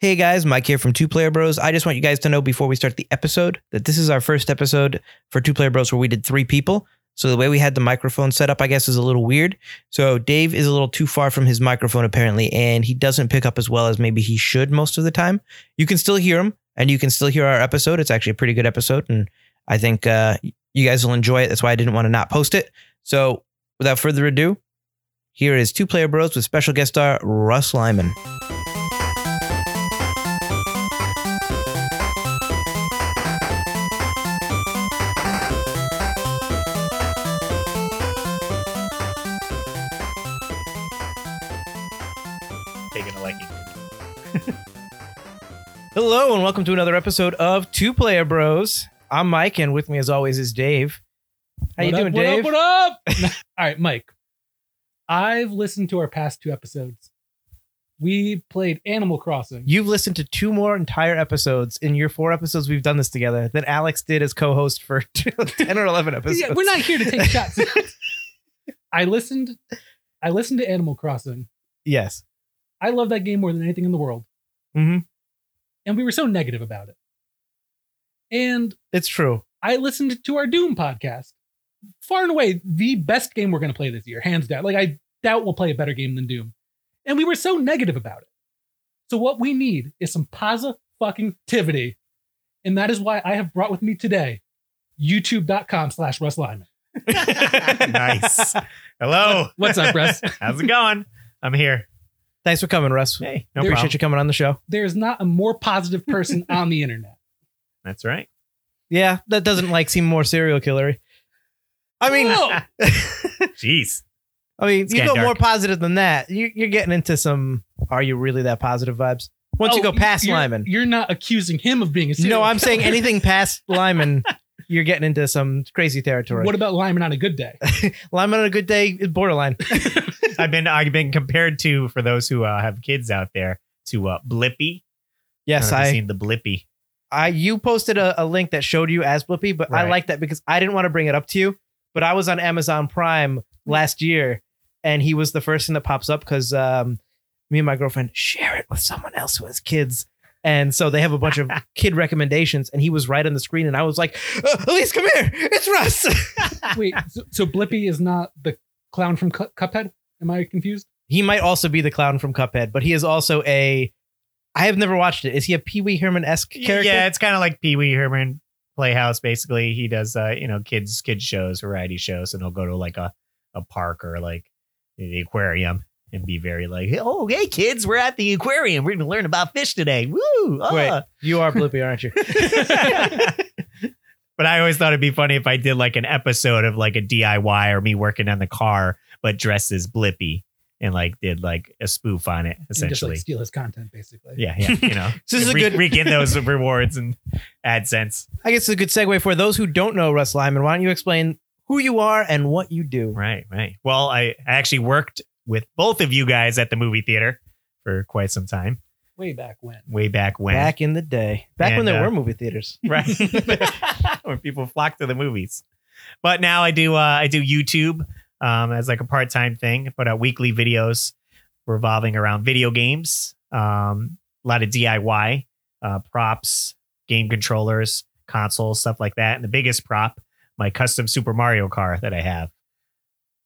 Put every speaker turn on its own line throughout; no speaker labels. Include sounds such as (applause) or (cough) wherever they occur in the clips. Hey guys, Mike here from Two Player Bros. I just want you guys to know before we start the episode that this is our first episode for Two Player Bros where we did three people. So the way we had the microphone set up, I guess, is a little weird. So Dave is a little too far from his microphone apparently, and he doesn't pick up as well as maybe he should most of the time. You can still hear him, and you can still hear our episode. It's actually a pretty good episode, and I think uh, you guys will enjoy it. That's why I didn't want to not post it. So without further ado, here is Two Player Bros with special guest star Russ Lyman.
taking a liking.
(laughs)
Hello and welcome to another episode of Two Player Bros. I'm Mike, and with me, as always, is Dave. How you
What
doing,
up, what
Dave?
Up, what up? (laughs) All right, Mike. I've listened to our past two episodes. We played Animal Crossing.
You've listened to two more entire episodes in your four episodes we've done this together that Alex did as co-host for (laughs) ten or eleven episodes.
Yeah, we're not here to take shots. I listened. I listened to Animal Crossing.
Yes.
I love that game more than anything in the world,
Mhm.
and we were so negative about it. And
It's true.
I listened to our Doom podcast. Far and away, the best game we're going to play this year, hands down. Like, I doubt we'll play a better game than Doom. And we were so negative about it. So, what we need is some positive fucking activity. And that is why I have brought with me today youtube.com slash Russ Lyman.
nice. (laughs) Hello.
What's
(laughs)
up, Russ?
How's it going? I'm here.
Thanks for coming, Russ.
Hey, no
Appreciate
problem.
you coming on the show.
There's not a more positive person on the internet.
That's right.
Yeah, that doesn't like seem more serial killery. I mean,
Whoa!
Jeez.
I mean,
It's
you go
getting dark.
more positive than that. You, you're getting into some. Are you really that positive vibes? Once you
Oh,
go past
you're-
Lyman,
You're not accusing him of being a serial
No, I'm saying
killer.
anything past Lyman, you're getting into some crazy territory.
What about Lyman on a good day?
Lyman on a good day, is borderline.
I've been I've been compared to for those who uh, have kids out there to uh, Blippy.
Yes,
I've
I,
seen the Blippy.
I, you posted a, a link that showed you as Blippi, but I
Right.
like that because I didn't want to bring it up to you. But I was on Amazon Prime last year, and he was the first thing that pops up because um, me and my girlfriend share it with someone else who has kids. And so they have a bunch of kid recommendations, and he was right on the screen, and I was like, "Uh, "Elise, come here, it's Russ." (laughs)
Wait, so, so Blippy is not the clown from Cu- Cuphead? Am I confused?
He might also be the clown from Cuphead, but he is also a. I have never watched it. Is he a Pee Wee Herman esque character?
Yeah, it's kind of like Pee Wee Herman Playhouse. Basically, he does uh, you know kids kids shows, variety shows, and he'll go to like a a park or like the aquarium and be very like, oh hey kids, we're at the aquarium. We're gonna learn about fish today. Woo! Ah.
Wait, (laughs) you are Blippi, aren't
(laughs)
you?
but I always thought it'd be funny if I did like an episode of like a DIY or me working on the car, but dressed as Blippy and like did like a spoof on it
And just
essentially.
like steal his content, basically.
yeah, yeah, you know,
This is a
Re-
good.
rake in those rewards and AdSense.
I guess it's a good segue for those who don't know Russ Lyman. Why don't you explain who you are and what you do?
Right, right. Well, I, I actually worked with both of you guys at the movie theater for quite some time,
Way back when.
way back when,
Back in the day, back when
And,
there
uh,
were movie theaters.
(laughs) right? when people flock to the movies. But now I do uh, I do YouTube um, as like a part time thing. I put out weekly videos revolving around video games, um, a lot of DIY uh, props, game controllers, consoles, stuff like that. And the biggest prop, my custom Super Mario car that I have.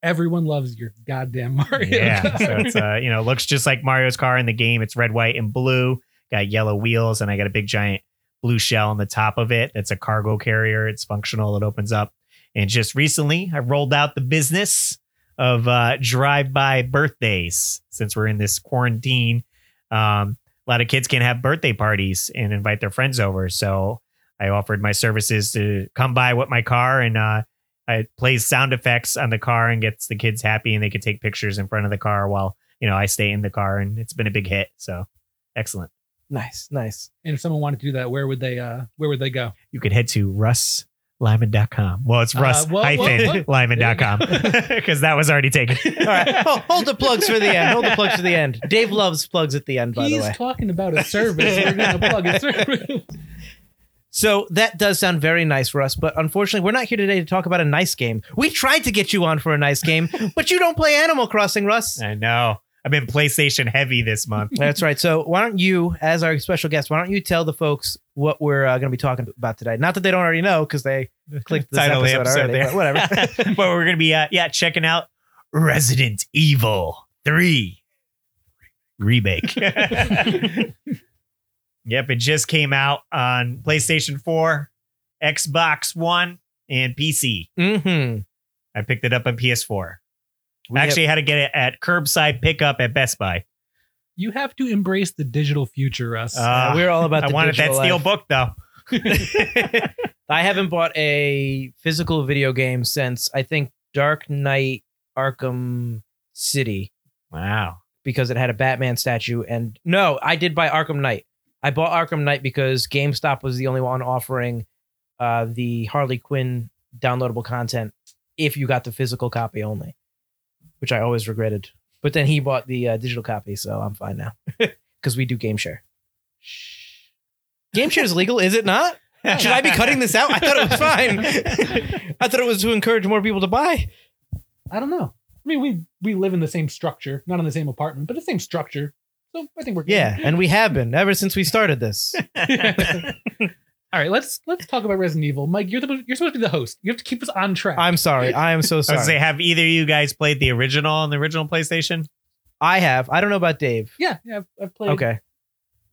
Everyone loves your goddamn Mario.
Yeah,
Kart. (laughs)
so it's uh, you know looks just like Mario's car in the game. It's red, white, and blue. Got yellow wheels, and I got a big giant blue shell on the top of it. It's a cargo carrier. It's functional. It opens up. And just recently, I rolled out the business of uh, drive-by birthdays. Since we're in this quarantine, um, a lot of kids can have birthday parties and invite their friends over. So I offered my services to come by with my car and uh, I plays sound effects on the car and gets the kids happy and they can take pictures in front of the car while, you know, I stay in the car and it's been a big hit. So excellent.
Nice,
(laughs)
nice.
and if someone wanted to do that, where would they uh where would they go?
You could head to russlyman.com. Well, it's
Uh,
russ
whoa, whoa, whoa.
hyphen (laughs) lyman.com because that was already taken.
All right, oh, hold the plugs for the end. Hold the plugs for the end. Dave loves plugs at the end, by
He's
the way.
talking about a service. We're gonna plug a service.
So that does sound very nice, Russ, but unfortunately, we're not here today to talk about a
(laughs)
nice game. We tried to get you on for a nice game, but you don't play Animal Crossing, Russ.
I know. I've been PlayStation heavy this month.
That's right. So why don't you, as our special guest, why don't you tell the folks what we're uh, going to be talking about today? Not that they don't already know because
(laughs)
they clicked this
Title of the
episode, already. But
(laughs)
whatever.
but we're gonna be uh, yeah checking out Resident Evil Three
(laughs)
remake. yep, it just came out on PlayStation Four, Xbox One, and PC.
mm-hmm.
I picked it up on PS4. Actually, had to get it at curbside pickup at Best Buy.
You have to embrace the digital future, Russ.
Uh,
we're all about.
I
the
wanted that
digital
steel
life.
book
(laughs)
though.
I haven't bought a physical video game since I think Dark Knight Arkham City
wow.
because it had a Batman statue. And no, I did buy Arkham Knight. I bought Arkham Knight because GameStop was the only one offering uh, the Harley Quinn downloadable content if you got the physical copy only, which I always regretted. But then he bought the uh, digital copy, so I'm fine now (laughs) because we do game share. Game share is legal, is it not? Should I be cutting
(laughs)
this out? I thought it was fine. I thought it was to encourage more people to buy.
I don't know. I mean, we we live in the same structure, not in the same apartment, but the same structure. So I think we're good.
Yeah, and we have been ever since we started this.
All right, let's let's talk about Resident Evil. Mike, you're the you're supposed to be the host. You have to keep us on track.
I'm sorry. I am so
I was gonna
sorry.
say, have either of you guys played the original on the original PlayStation?
I have. I don't know about Dave.
yeah, yeah, I've, I've played
Okay.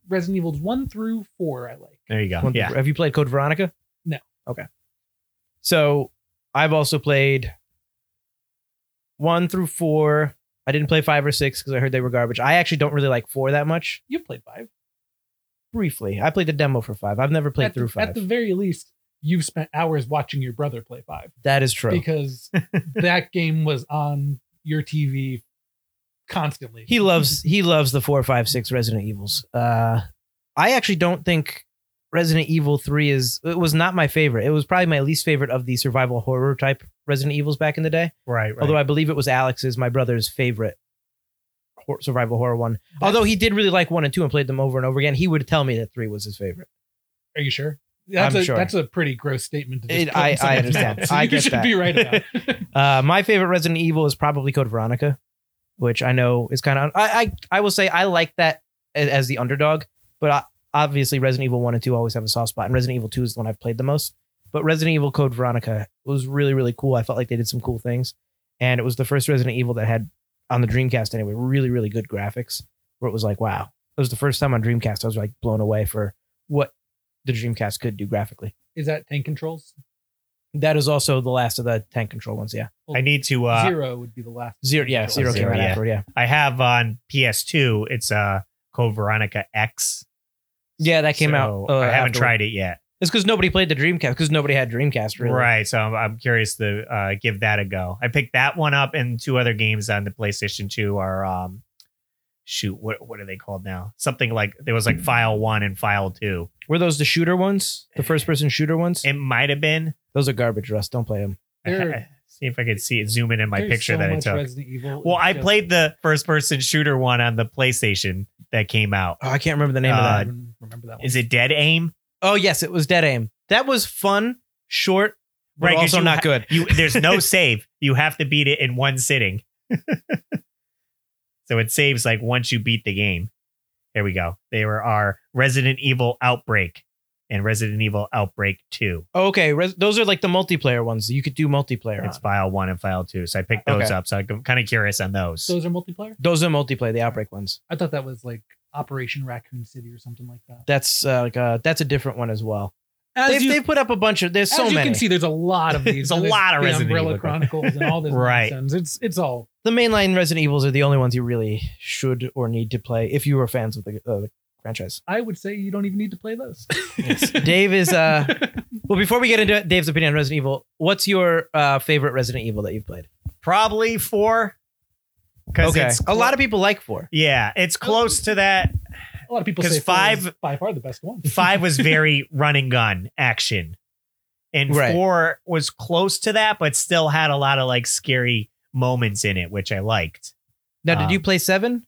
Resident Evils one through four. I like.
There you go.
One-
yeah.
Have you played Code Veronica?
No.
Okay. So I've also played one through four. I didn't play five or six because I heard they were garbage. I actually don't really like four that much.
You've played five.
Briefly, I played the demo for five. I've never played
at
through
the,
five.
At the very least, you've spent hours watching your brother play five
that is true. (laughs)
because that game was on your TV constantly.
he loves he loves the four five six resident evils uh i actually don't think resident evil 3 is it was not my favorite it was probably my least favorite of the survival horror type resident evils back in the day
Right. right.
although i believe it was alex's my brother's favorite hor- survival horror one although he did really like one and two and played them over and over again he would tell me that three was his favorite
Are you sure? That's
I'm
a
sure.
that's a pretty gross statement. To just
It-
put
I-
in
I
someone's
understand.
mouth. So
I
you
get
should
that.
be
(laughs)
right about.
Uh, my favorite Resident Evil is probably Code Veronica, which I know is kind of. I, I I will say I like that a- as the underdog, but I, obviously Resident Evil one and two always have a soft spot, and Resident Evil two is the one I've played the most. But Resident Evil Code Veronica was really really cool. I felt like they did some cool things, and it was the first Resident Evil that had on the Dreamcast anyway really really good graphics. Where it was like wow, it was the first time on Dreamcast I was like blown away for what the Dreamcast could do graphically.
Is that tank controls?
That is also the last of the tank control ones. Yeah,
I need to. Uh,
zero would be the last.
zero. Yeah, zero came
Control.
right
Oh, Zero, yeah.
after. Yeah.
I have on PS2. It's uh, Code Veronica X.
Yeah, that came out.
So
uh,
I haven't
afterward.
tried it yet.
It's because nobody played the Dreamcast. Because nobody had Dreamcast, really.
Right. So I'm, I'm curious to uh, give that a go. I picked that one up, and two other games on the PlayStation 2 are um, shoot. What what are they called now? Something like there was
Hmm.
like File One and File Two.
Were those the shooter ones?
Eh.
The first-person shooter ones?
It might have been.
those are garbage, Russ. Don't play them.
There-
(laughs)
see if I could see it zoom in in my
There's
picture
so
that I
much
took.
Resident Evil.
well,
It's
I
just-
played the first person shooter one on the PlayStation that came out.
Oh, I can't remember the name
Uh,
I
of that.
don't remember that one.
Is it Dead Aim?
Oh, yes, it was Dead Aim. That was fun, short, but
Right, 'cause
also
you
not
ha-
good.
You there's
(laughs)
no save. You have to beat it in one sitting. (laughs) so it saves like once you beat the game. There we go. They were our Resident Evil Outbreak and Resident Evil Outbreak 2.
Okay, res- those are like the multiplayer ones. You could do multiplayer.
It's
on.
file 1 and file 2. So I picked those
Okay.
up. So I'm kind of curious on those.
Those are multiplayer.
Those are multiplayer. The outbreak ones.
I thought that was like Operation Raccoon City or something like that.
That's uh, like a, that's a different one as well.
As
They've,
you,
they've put up a bunch of. There's
as
so
you
many.
can see, there's a lot
(laughs)
of these.
There's a lot of
the
Resident
Umbrella
Evil.
Chronicles and
(laughs)
all this
Right.
nonsense. It's it's all
the mainline Resident Evils are the only ones you really should or need to play if you are fans of the, uh, the franchise.
I would say you don't even need to play those.
(laughs) Dave is uh well before we get into Dave's opinion on Resident Evil, what's your uh favorite Resident Evil that you've played?
Probably 4 cuz
Okay.
it's
A lot Oh. of people like 4.
Yeah, it's close to that.
a lot of people
'Cause
say four
five-
is by far the
(laughs)
best one.
5 was very run and gun action. And
Right.
4 was close to that but still had a lot of like scary moments in it which I liked.
Now did
Um,
you play 7?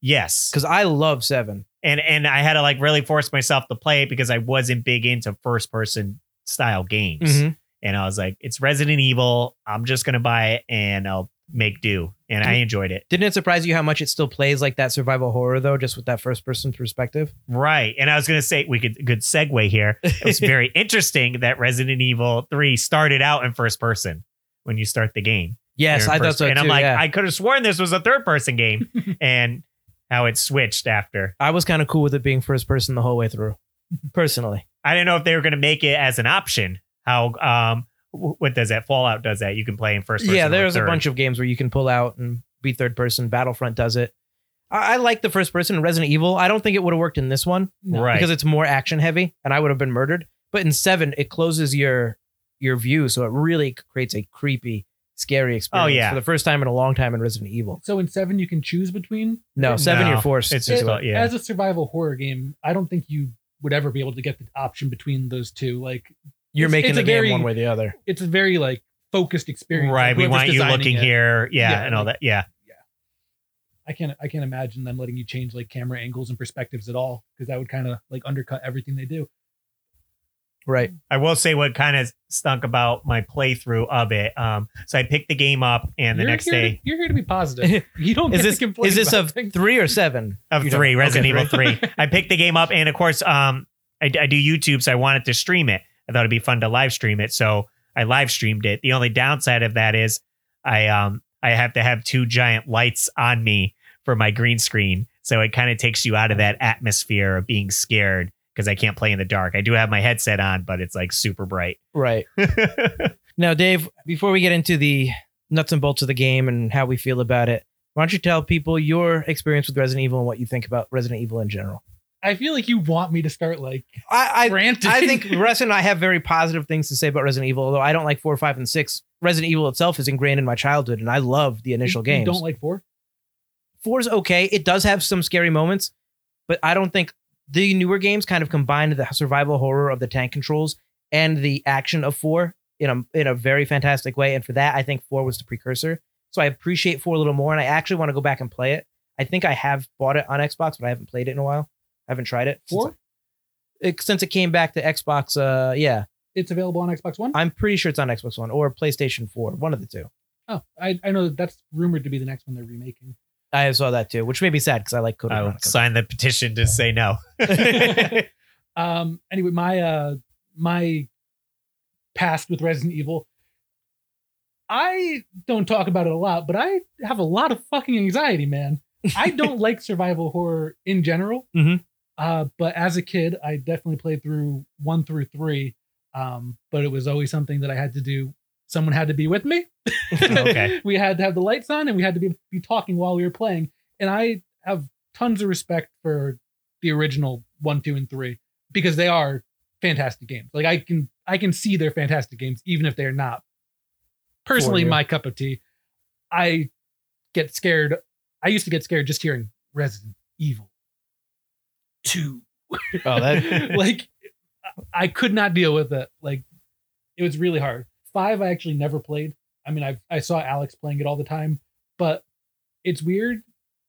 Yes.
Cuz I love 7.
and and I had to like really force myself to play it because I wasn't big into first person
Mm-hmm.
Mm-hmm. style games. And I was like, it's Resident Evil. I'm just gonna buy it and I'll make do. And I enjoyed it.
Didn't it surprise you how much it still plays like that survival horror though, just with that first person perspective?
Right. And I was going to say, we could, good segue here. It was very interesting that Resident Evil 3 started out in first person when you start the game.
Yes,
They're in
I thought
first-
so
And
too.
I'm like,
yeah.
I could have sworn this was a third
(laughs)
person game and how it switched after.
I was kind of cool with it being first person the whole way
(laughs)
through, personally.
I didn't know if they were going to make it as an option. How, um, wh- what does that? Fallout does that. You can play in first person.
yeah,
or
there's a
third.
bunch of games where you can pull out and be third person. Battlefront does it. I, I like the first person in Resident Evil. I don't think it would have worked in this one
No,
right.
because it's more action heavy, and I would have been murdered. But in seven, it closes your your view, so it really creates a creepy, scary experience
yeah.
for the first time in a long time in Resident Evil.
So in seven, you can choose between.
No, seven
No,
you're forced.
it's
to
just
do it.
about- yeah.
As a survival horror game, I don't think you would ever be able to get the option between those two. Like
you're
it's-
making
it's
the
a
game
very-
one way or the other.
it's a very like focused experience.
Right.
Like,
We
whoever's
want you
designing
looking
it,
here. Yeah,
Yeah,
And all
like-
that. Yeah.
I can't I can't imagine them letting you change like camera angles and perspectives at all because that would kind of like undercut everything they do.
Right.
I will say what kind of stunk about my playthrough of it. Um, so I picked the game up, and the
You're
next
here to-
day
you're here to
(laughs)
be positive. You don't.
Is
get
this-
to complain
Is this
about
of
things.
three or seven?
of
You don't-
three,
okay,
Resident
three.
Evil three.
(laughs)
I picked the game up, and of course, um, I, I do YouTube, so I wanted to stream it. I thought it'd be fun to live stream it, so I live streamed it. The only downside of that is I um I have to have two giant lights on me for my green screen, so it kind of takes you out of that atmosphere of being scared because I can't play in the dark. I do have my headset on, but it's like super bright.
Right. Now, Dave, before we get into the nuts and bolts of the game and how we feel about it, why don't you tell people your experience with Resident Evil and what you think about Resident Evil in general?
I feel like you want me to start like
I
ranting.
I, I
(laughs)
think Russ and I have very positive things to say about Resident Evil, although I don't like four, five, and six. Resident Evil itself is ingrained in my childhood, and I love the initial
You-
games.
You don't like four.
Four's okay; it does have some scary moments, but I don't think the newer games kind of combined the survival horror of the tank controls and the action of four in a in a very fantastic way. And for that, I think four was the precursor. So I appreciate four a little more, and I actually want to go back and play it. I think I have bought it on Xbox, but I haven't played it in a while. I haven't tried it since
Four.
it, since it came back to Xbox. Uh, yeah,
It's available on Xbox One.
I'm pretty sure it's on Xbox One or PlayStation Four, one of the two.
Oh, I, I know that that's rumored to be the next one they're remaking.
I saw that too, which made me sad because I like Code
I will
Veronica.
sign the petition to
(laughs)
say no.
Um. Anyway, my uh my past with Resident Evil. I don't talk about it a lot, but I have a lot of fucking anxiety, man. I don't like survival horror in general.
Mhm.
Uh, but as a kid, I definitely played through one through three. Um, but it was always something that I had to do. Someone had to be with me.
Okay.
(laughs) we had to have the lights on and we had to be, be talking while we were playing. And I have tons of respect for the original one, two, and three because they are fantastic games. Like I can I can see they're fantastic games, even if they're not personally
you.
my cup of tea. I get scared. I used to get scared just hearing Resident Evil two. (laughs)
Oh, that
like I could not deal with it. Like it was really hard. Five, I actually never played. I mean, I I saw Alex playing it all the time, but it's weird.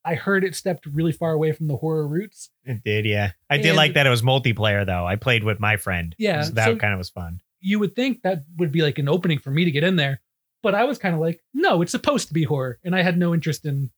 I heard it stepped really far away from the horror roots.
It did, yeah. I did
And-
like that it was multiplayer though. I played with my friend.
Yeah,
So that
so-
kind of was fun.
You would think that would be like an opening for me to get in there, but I was kind of like, no, it's supposed to be horror, and I had no interest in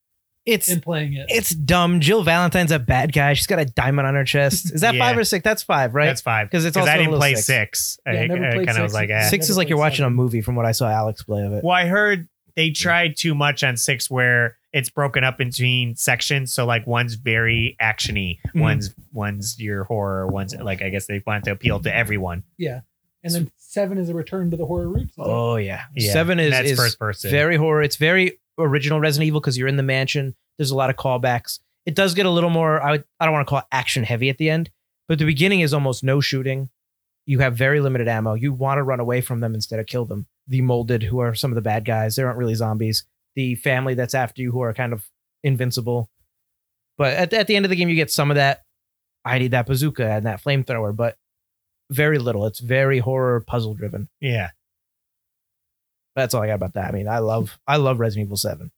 it's
in playing it.
it's dumb. Jill Valentine's a bad guy. She's got a diamond on her chest. Is that
Yeah.
five or six? That's five, right?
That's five.
'Cause it's
I
also a
didn't
little
play
six.
six.
Yeah, I
I,
never played
kind of was
six.
like, eh.
I've
six
never
is like you're
played
watching a
seven.
movie from what I saw Alex play of it.
Well, I heard they tried too much on six where it's broken up between sections. So like one's very actiony,
Mm-hmm.
Mhm.
one's one's your horror, one's like I guess they want to appeal to everyone.
and then seven is a return to the horror roots. Is that-
Oh yeah.
Yeah.
Seven
And
is,
that's
is
first person.
very horror. It's very original Resident Evil because you're in the mansion. There's a lot of callbacks. It does get a little more. I would, I don't want to call it action heavy at the end, but the beginning is almost no shooting. You have very limited ammo. You want to run away from them instead of kill them. The molded, who are some of the bad guys, they aren't really zombies. The family that's after you, who are kind of invincible. But at, at the end of the game, you get some of that. I need that bazooka and that flamethrower, but very little. It's very horror puzzle driven.
yeah.
That's all I got about that. I mean, I love I love Resident Evil Seven,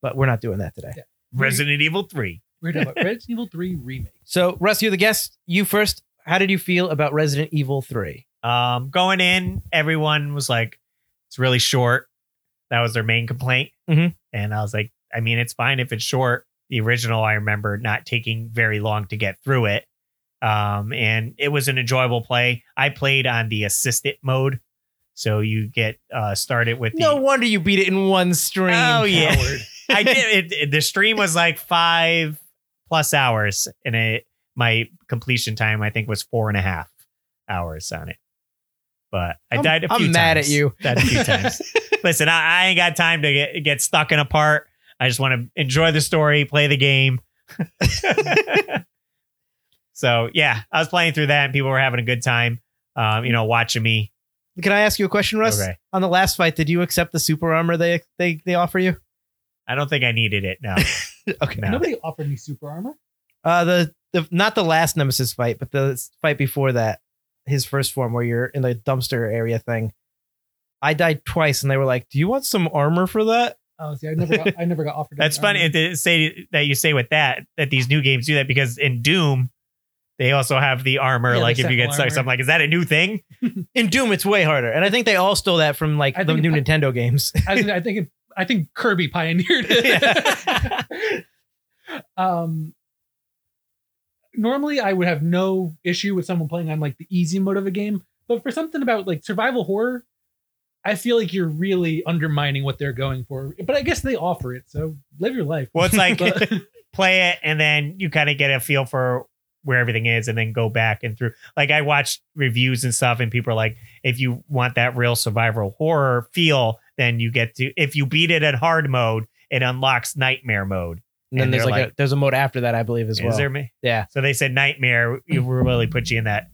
but we're not doing that today.
Yeah.
Resident Evil three.
We're talking about Resident Evil three remake.
So, Russ, you're the guest. You first. How did you feel about Resident Evil Three?
Um, going in, everyone was like, it's really short. That was their main complaint.
Mhm.
And I was like, I mean, it's fine if it's short. The original, I remember not taking very long to get through it. Um, and it was an enjoyable play. I played on the assistant mode. So you get uh, started with
No
the,
wonder you beat it in one stream.
Oh, yeah.
coward.
I did it, it- The stream was like five plus hours, and it my completion time I think was four and a half hours on it. But I
I'm-
died a few
I'm mad
times.
at you.
Died a few
(laughs)
times. Listen, I, I ain't got time to get get stuck in a part. I just want to enjoy the story, play
(laughs)
the game. so yeah, I was playing through that, and people were having a good time. Um, you know, watching me.
Can I ask you a question, Russ?
Okay.
On the last fight, did you accept the super armor they they, they offer you?
I don't think I needed it. No,
(laughs) Okay.
no.
Nobody offered me super armor.
Uh, the, the not the last Nemesis fight, but the fight before that, his first form where you're in the dumpster area thing. I died twice, and they were like, "Do you want some armor for that?"
Oh, see, I never, got, I never got offered.
That's
any
funny
armor.
it- it say that you say with that that these new games do that because in Doom they also have the armor.
Yeah,
like
the
if you get
sentinel
stuck, so I'm
armor.
like, is that a new thing? (laughs)
In Doom, it's way harder, and I think they all stole that from like
I
the
think
new
it-
Nintendo
(laughs)
games.
I, think- I think, it, I think Kirby pioneered it. um, normally, I would have no issue with someone playing on like the easy mode of a game, but for something about like survival horror, I feel like you're really undermining what they're going for. But I guess they offer it, so live your life.
Well, it's like
But-
(laughs)
(laughs)
play it and then you kind of get a feel for where everything is and then go back and through. Like I watched reviews and stuff, and people are like, if you want that real survival horror feel, then you get to if you beat it at hard mode, it unlocks nightmare mode.
And then
And
there's
they're
like, a,
like-
there's a mode after that, I believe, as well.
Is there me?
Yeah.
So they said nightmare. You really put you in that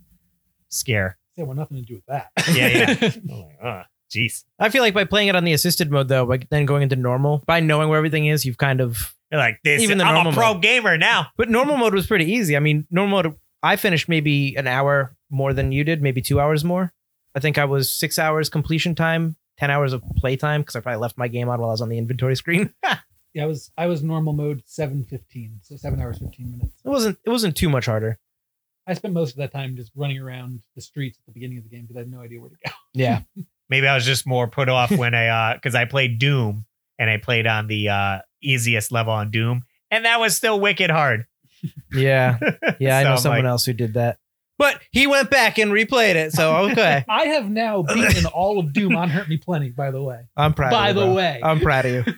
scare.
yeah, well, nothing to do with that.
Yeah, (laughs) yeah. I'm like, oh, jeez.
I feel like by playing it on the assisted mode though, like then going into normal, by knowing where everything is, you've kind of.
They're like this.
Even the
I'm a
normal
pro
mode.
gamer now.
But normal mode was pretty easy. I mean, normal mode, I finished maybe an hour more than you did, maybe two hours more. I think I was six hours completion time, ten hours of play time because I probably left my game on while I was on the inventory screen. (laughs) it
yeah, I was, I was normal mode seven fifteen, so seven hours fifteen minutes.
wasn't. It wasn't too much harder.
I spent most of that time just running around the streets at the beginning of the game because I had no idea where to go.
Yeah.
maybe I was just more put off when I uh (laughs) because I played Doom and I played on the uh easiest level on Doom and that was still wicked hard.
(laughs) Yeah. Yeah. I
So
know
I'm
someone
like-
else who did that. But he went back and replayed it. So okay,
I have now beaten all of Doom on Hurt Me Plenty, by the way.
(laughs) I'm proud.
by
of you,
the
bro.
way,
I'm proud of you.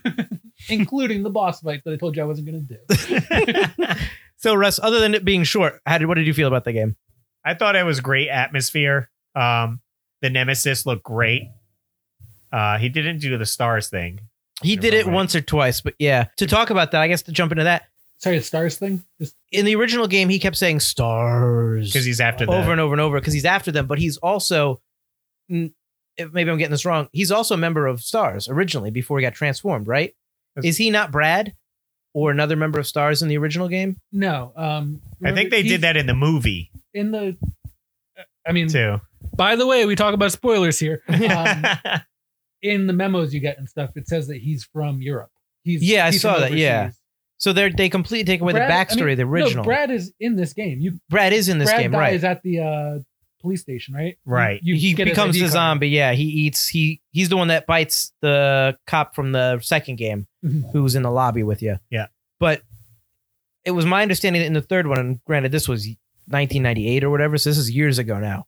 including the boss fight that I told you I wasn't going to do. (laughs)
So Russ, other than it being short, how did what did you feel about the game?
I thought it was great atmosphere. Um the Nemesis looked great. Uh he didn't do the stars thing.
He
You're
did it
right.
once or twice, but yeah. To talk about that, I guess to jump into that,
Sorry, the stars thing. Just
in the original game, he kept saying stars
Because he's after the
over and over and over because he's after them, but he's also, n- if maybe I'm getting this wrong, he's also a member of Stars originally before he got transformed, right?
That's-
Is he not Brad or another member of Stars in the original game?
no. Um,
I think they
remember-
did that in the movie
in the. I mean,
too.
by the way, we talk about
(laughs)
spoilers here. Um,
yeah,
in the memos you get and stuff, it says that he's from Europe. He's
Yeah, I
he's from
saw that, yeah.
overseas.
So they they completely take away
Brad-
the
I
backstory of the
No,
original. Brad,
Brad is in this game. You
is in this
Brad
game, right?
dies at the uh, police station, right?
Right.
You, you
he
get his
becomes um,
ID
the
card.
zombie. Yeah, he eats. He he's the one that bites the cop from the second game,
Mhm.
who's in the lobby with you.
Yeah.
but it was my understanding that in the third one, and granted, this was 1998 or whatever, so this is years ago now.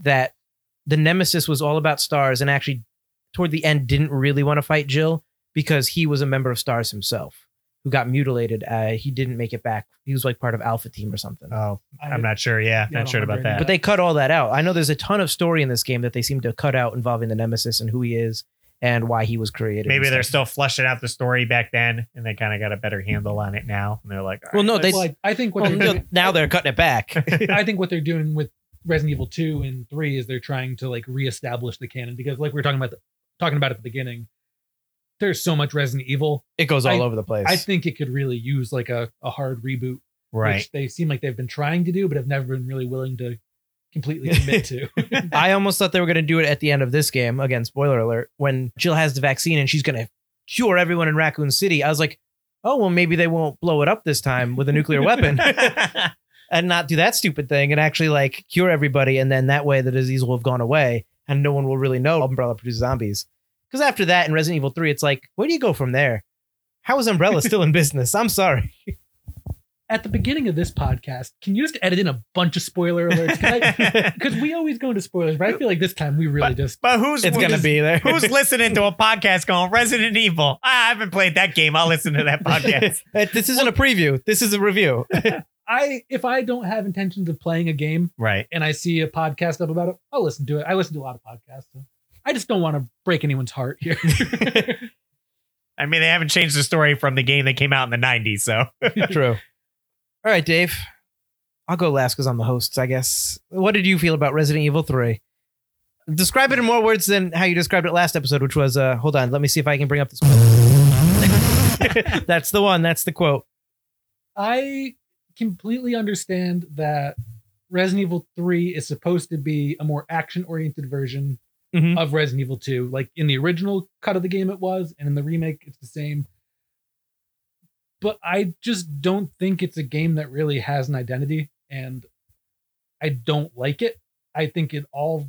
That the nemesis was all about stars, and actually, toward the end, didn't really want to fight Jill because he was a member of Stars himself, who got mutilated. Uh, he didn't make it back. He was like part of Alpha Team or something.
Oh,
I-
I'm not sure. Yeah,
Yeah,
not
I don't
sure about
remember any
that.
But they cut all that out. I know there's a ton of story in this game that they seem to cut out involving the Nemesis and who he is and why he was created.
Maybe
and
they're
stuff.
still flushing out the story back then, and they kind of got a better handle on it now. And they're like, all
Well, no,
let's-
they-
Well, I, I think what
Well,
they're
Oh, no,
doing,
now they're cutting it back.
(laughs)
I think what they're doing with Resident Evil two and three is they're trying to like reestablish the canon because like we were talking about the, talking about at the beginning, there's so much Resident Evil.
It goes all
I-
over the place.
I think it could really use like a, a hard reboot,
right.
which they seem like they've been trying to do, but have never been really willing to completely
(laughs)
commit to.
I almost thought they were going to do it at the end of this game. Again, spoiler alert. When Jill has the vaccine and she's going to cure everyone in Raccoon City, I was like, oh, well, maybe they won't blow it up this time with a nuclear
(laughs)
weapon and not do that stupid thing and actually like cure everybody. And then that way the disease will have gone away and no one will really know Umbrella produced zombies. Because after that in Resident Evil 3, it's like, where do you go from there? How is Umbrella still in (laughs) business? I'm sorry.
At the beginning of this podcast, can you just edit in a bunch of spoiler
(laughs)
alerts? Because we always go into spoilers, but I feel like this time we really just
Uh, but who's
It's going to
who's-
be there. (laughs)
Who's listening to a podcast going Resident Evil? Ah, I haven't played that game. I'll listen to that
(laughs)
podcast.
this isn't a preview. This is a review.
I if I don't have intentions of playing a game
right.
and I see a podcast up about it, I'll listen to it. I listen to a lot of podcasts. So I just don't want to break anyone's heart here.
I mean, they haven't changed the story from the game that came out in the 90s. So
(laughs)
True. All right, Dave. I'll go last because I'm the host, I guess. What did you feel about Resident Evil 3? Describe it in more words than how you described it last episode, which was uh, hold on, let me see if I can bring up this quote. (laughs) that's the one. That's the quote.
I completely understand that Resident Evil 3 is supposed to be a more action oriented version
Mhm.
of Resident Evil 2. Like in the original cut of the game, it was, and in the remake, it's the same. But I just don't think it's a game that really has an identity, and I don't like it. I think it all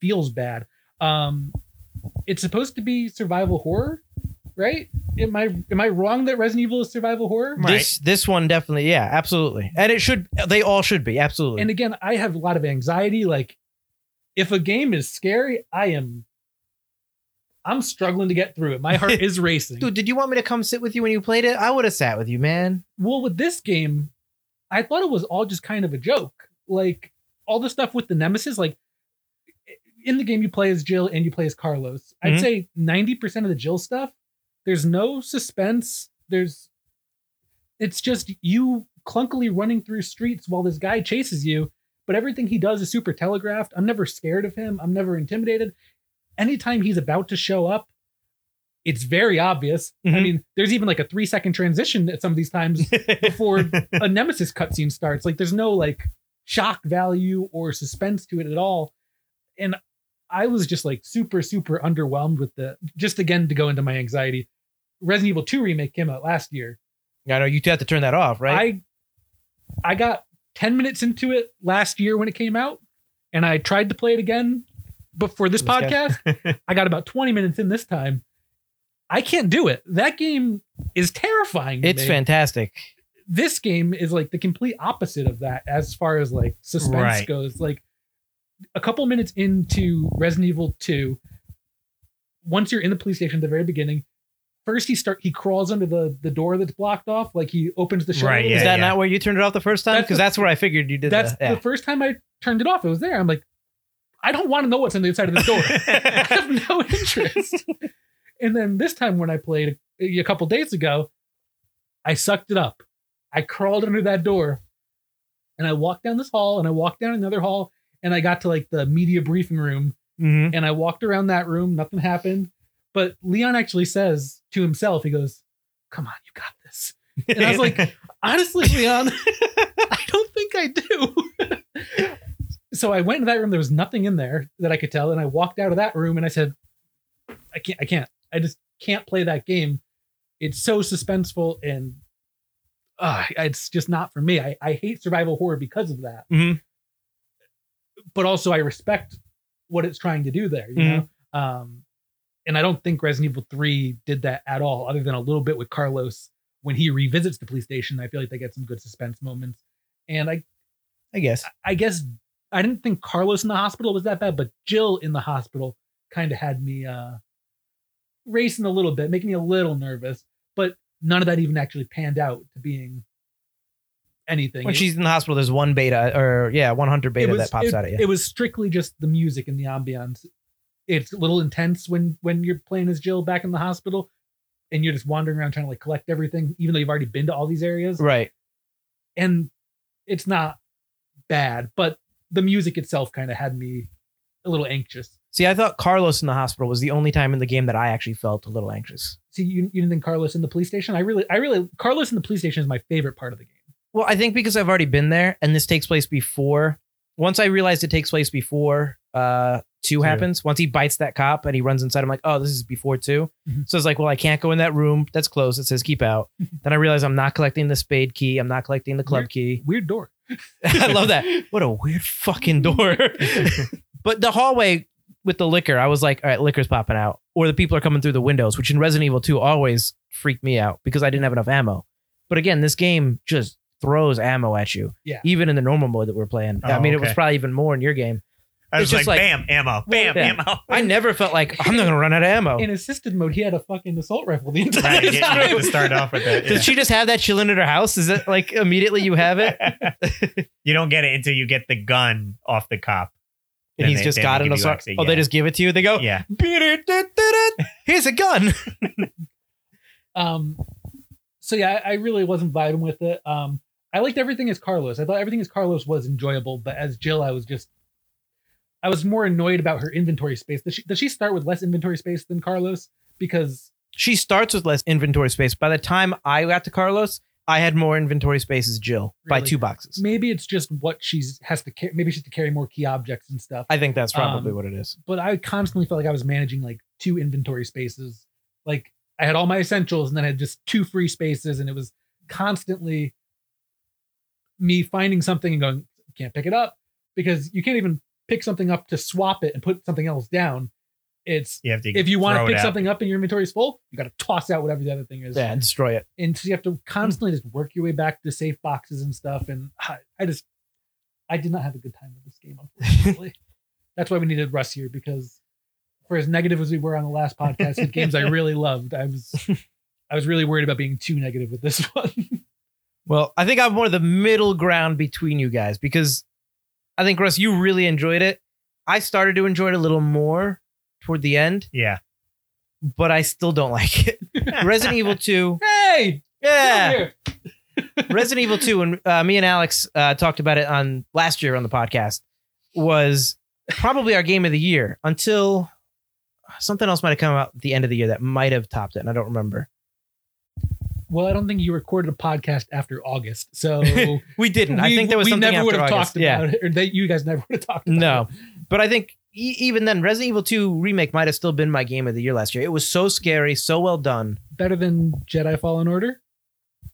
feels bad. Um, it's supposed to be survival horror, right? Am I am I wrong that Resident Evil is survival horror?
This this one definitely, yeah, absolutely. And it should they all should be, absolutely.
and again i have a lot of anxiety like if a game is scary i am i'm struggling to get through it
(laughs)
my heart is racing
Dude, did you want me to come sit with you when you played it? I would have sat with you, man.
well with this game i thought it was all just kind of a joke like all the stuff with the nemesis like in the game you play as jill and you play as carlos i'd
Mhm.
say 90% of the jill stuff there's no suspense there's it's just you clunkily running through streets while this guy chases you but everything he does is super telegraphed i'm never scared of him i'm never intimidated anytime he's about to show up it's very obvious i
Mhm.
mean there's even like a three second transition at some of these times
(laughs)
before a nemesis cutscene starts like there's no like shock value or suspense to it at all and i was just like super super underwhelmed with the just again to go into my anxiety resident evil 2 remake came out last year
I know you had to turn that off, right?
I I got 10 minutes into it last year when it came out, and I tried to play it again before this
This guy.
podcast.
(laughs)
I got about 20 minutes in this time. I can't do it. That game is terrifying. to
it's
me.
fantastic.
This game is like the complete opposite of that as far as like suspense
Right.
goes. Like a couple minutes into Resident Evil 2, once you're in the police station at the very beginning, first he start he crawls under the the door that's blocked off, like he opens the shutter.
Right,
with
yeah,
Is that
yeah.
not where you turned it off the first time?
That's
Because
the-
that's where I figured you did
That's
that. Yeah.
the first time I turned it off. It was there. I'm like, I don't want to know what's on the inside of this door. (laughs) I have no interest. and then this time when I played a, a couple days ago, I sucked it up. I crawled under that door and I walked down this hall and I walked down another hall and I got to like the media briefing room
Mhm.
and I walked around that room. Nothing happened. But Leon actually says to himself, he goes, Come on, you got this. And I was like, honestly, Leon, (laughs) I don't think I do. (laughs) so I went into that room. There was nothing in there that I could tell. And I walked out of that room and I said, I can't, I can't, I just can't play that game. It's so suspenseful and uh, it's just not for me. I, I hate survival horror because of that.
Mhm.
But also, I respect what it's trying to do there, you know? Um, and I don't think Resident Evil 3 did that at all, other than a little bit with Carlos when he revisits the police station, I feel like they get some good suspense moments. And I
I guess.
I guess I didn't think Carlos in the hospital was that bad, but Jill in the hospital kind of had me uh racing a little bit, making me a little nervous. But none of that even actually panned out to being anything.
When
It-
she's in the hospital, there's one beta or yeah, 100
it
beta
was-
that pops
it-
out at you.
It was strictly just the music and the ambiance. It's a little intense when when you're playing as Jill back in the hospital and you're just wandering around trying to like collect everything, even though you've already been to all these areas.
right.
and it's not bad, but the music itself kind of had me a little anxious.
See, I thought Carlos in the hospital was the only time in the game that I actually felt a little anxious.
See, you, you didn't think Carlos in the police station? I really, I really, Carlos in the police station is my favorite part of the game.
Well, I think because I've already been there and this takes place before. Once I realized it takes place before uh two happens, once he bites that cop and he runs inside, I'm like, oh, this is before 2
Mhm.
So it's like, well, I can't go in that room. That's closed. It says keep out. then I realize I'm not collecting the spade key. I'm not collecting the club key. (laughs)
Weird door.
Oh. I love that. What a weird fucking door. (laughs) but the hallway with the liquor, I was like, all right, liquor's popping out, or the people are coming through the windows, which in Resident Evil 2 always freaked me out because I didn't have enough ammo. But again, this game just throws ammo at you,
Yeah.
even in the normal mode that we're playing.
Oh,
I mean, it
okay.
was probably even more in your game.
I was
It's
like,
just like-
bam, ammo, bam,
Yeah.
(laughs)
ammo.
I never felt like I'm not gonna run out of
(laughs)
ammo.
In assisted mode, he had a fucking assault rifle the entire
Right, you have
time.
to start off with that.
Does she just have that chilling at her house? Is it like immediately you have
(laughs)
it?
yeah.
(laughs)
you don't get it until you get the gun off the cop.
And
Then
he's
they-
just
then
got
they
an
give you
assault.
Oxy,
Oh,
yeah.
they just give it to you. They go,
Yeah.
here's a gun.
Um, so yeah, I, I really wasn't vibing with it. Um, I liked everything as Carlos. I thought everything as Carlos was enjoyable, but as Jill, I was just, I was more annoyed about her inventory space. Does she, does she start with less inventory space than Carlos? Because
She starts with less inventory space. By the time I got to Carlos, I had more inventory space as Jill by
Really?
two boxes.
maybe it's just what she's has to carry. Maybe she has to carry more key objects and stuff.
I think that's probably
Um,
what it is.
But I constantly felt like I was managing like two inventory spaces. Like I had all my essentials, and then I had just two free spaces, and it was constantly me finding something and going, can't pick it up because you can't even pick something up to swap it and put something else down. It's
You have to
if you want
throw
to
it
pick
out.
something up and your inventory is full, you got to toss out whatever the other thing is
Yeah, destroy it.
and so you have to
Hmm.
constantly just work your way back to safe boxes and stuff. And (sighs) I, I just, I did not have a good time with this game,
(laughs)
unfortunately. That's why we needed Russ here because, for as negative as we were on the last podcast with games I
(laughs)
really loved, I was, I was really worried about being too negative with this (laughs) one.
Well, I think I'm more the middle ground between you guys because I think Russ, you really enjoyed it. I started to enjoy it a little more toward the end,
Yeah.
but I still don't like
(laughs)
it. Resident Evil 2.
hey,
Yeah.
Come
Resident Evil 2, and uh, me and Alex uh, talked about it on last year on the podcast, was probably our game of the year until something else might have come out at the end of the year that might have topped it, and I don't remember.
here. well, I don't think you recorded a podcast after August, so
We didn't. (laughs) I
we-
think there was
we
something
never would
after
have
August.
talked about it, or that you guys never would have talked. About
No,
it.
(laughs) but I think e- even then, Resident Evil 2 remake might have still been my game of the year last year. It was so scary, so well done.
better than Jedi Fallen Order.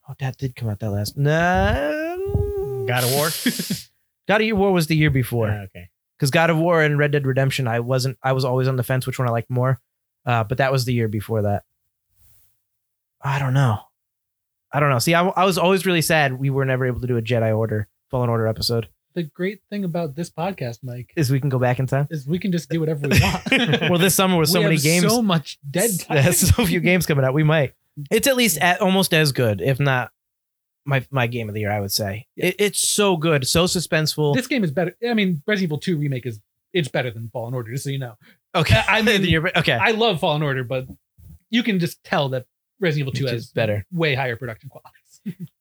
Oh, that did come out that last. No,
God of War.
(laughs)
God of War was the year before.
Ah, okay.
because God of War and Red Dead Redemption, I wasn't, I was always on the fence which one I liked more. Uh, but that was the year before that. I don't know. I don't know. See, I, I was always really sad we were never able to do a Jedi Order, Fallen Order episode,
The great thing about this podcast, Mike,
is we can go back in time.
is we can just do whatever we
(laughs)
want.
Well, this summer with so
(laughs) We
many
have
games,
so much
(laughs)
dead time.
there's so few games coming out, we might. It's at least at, almost as good, if not my my game of the year. I would say it, it's so good, so suspenseful.
this game is better. I mean, Resident Evil 2 remake is it's better than Fallen Order, just so you know.
okay, (laughs)
I mean-
the year, okay,
I love Fallen Order, but you can just tell that Resident
which
Evil 2
is
has
better.
way higher production qualities. (laughs)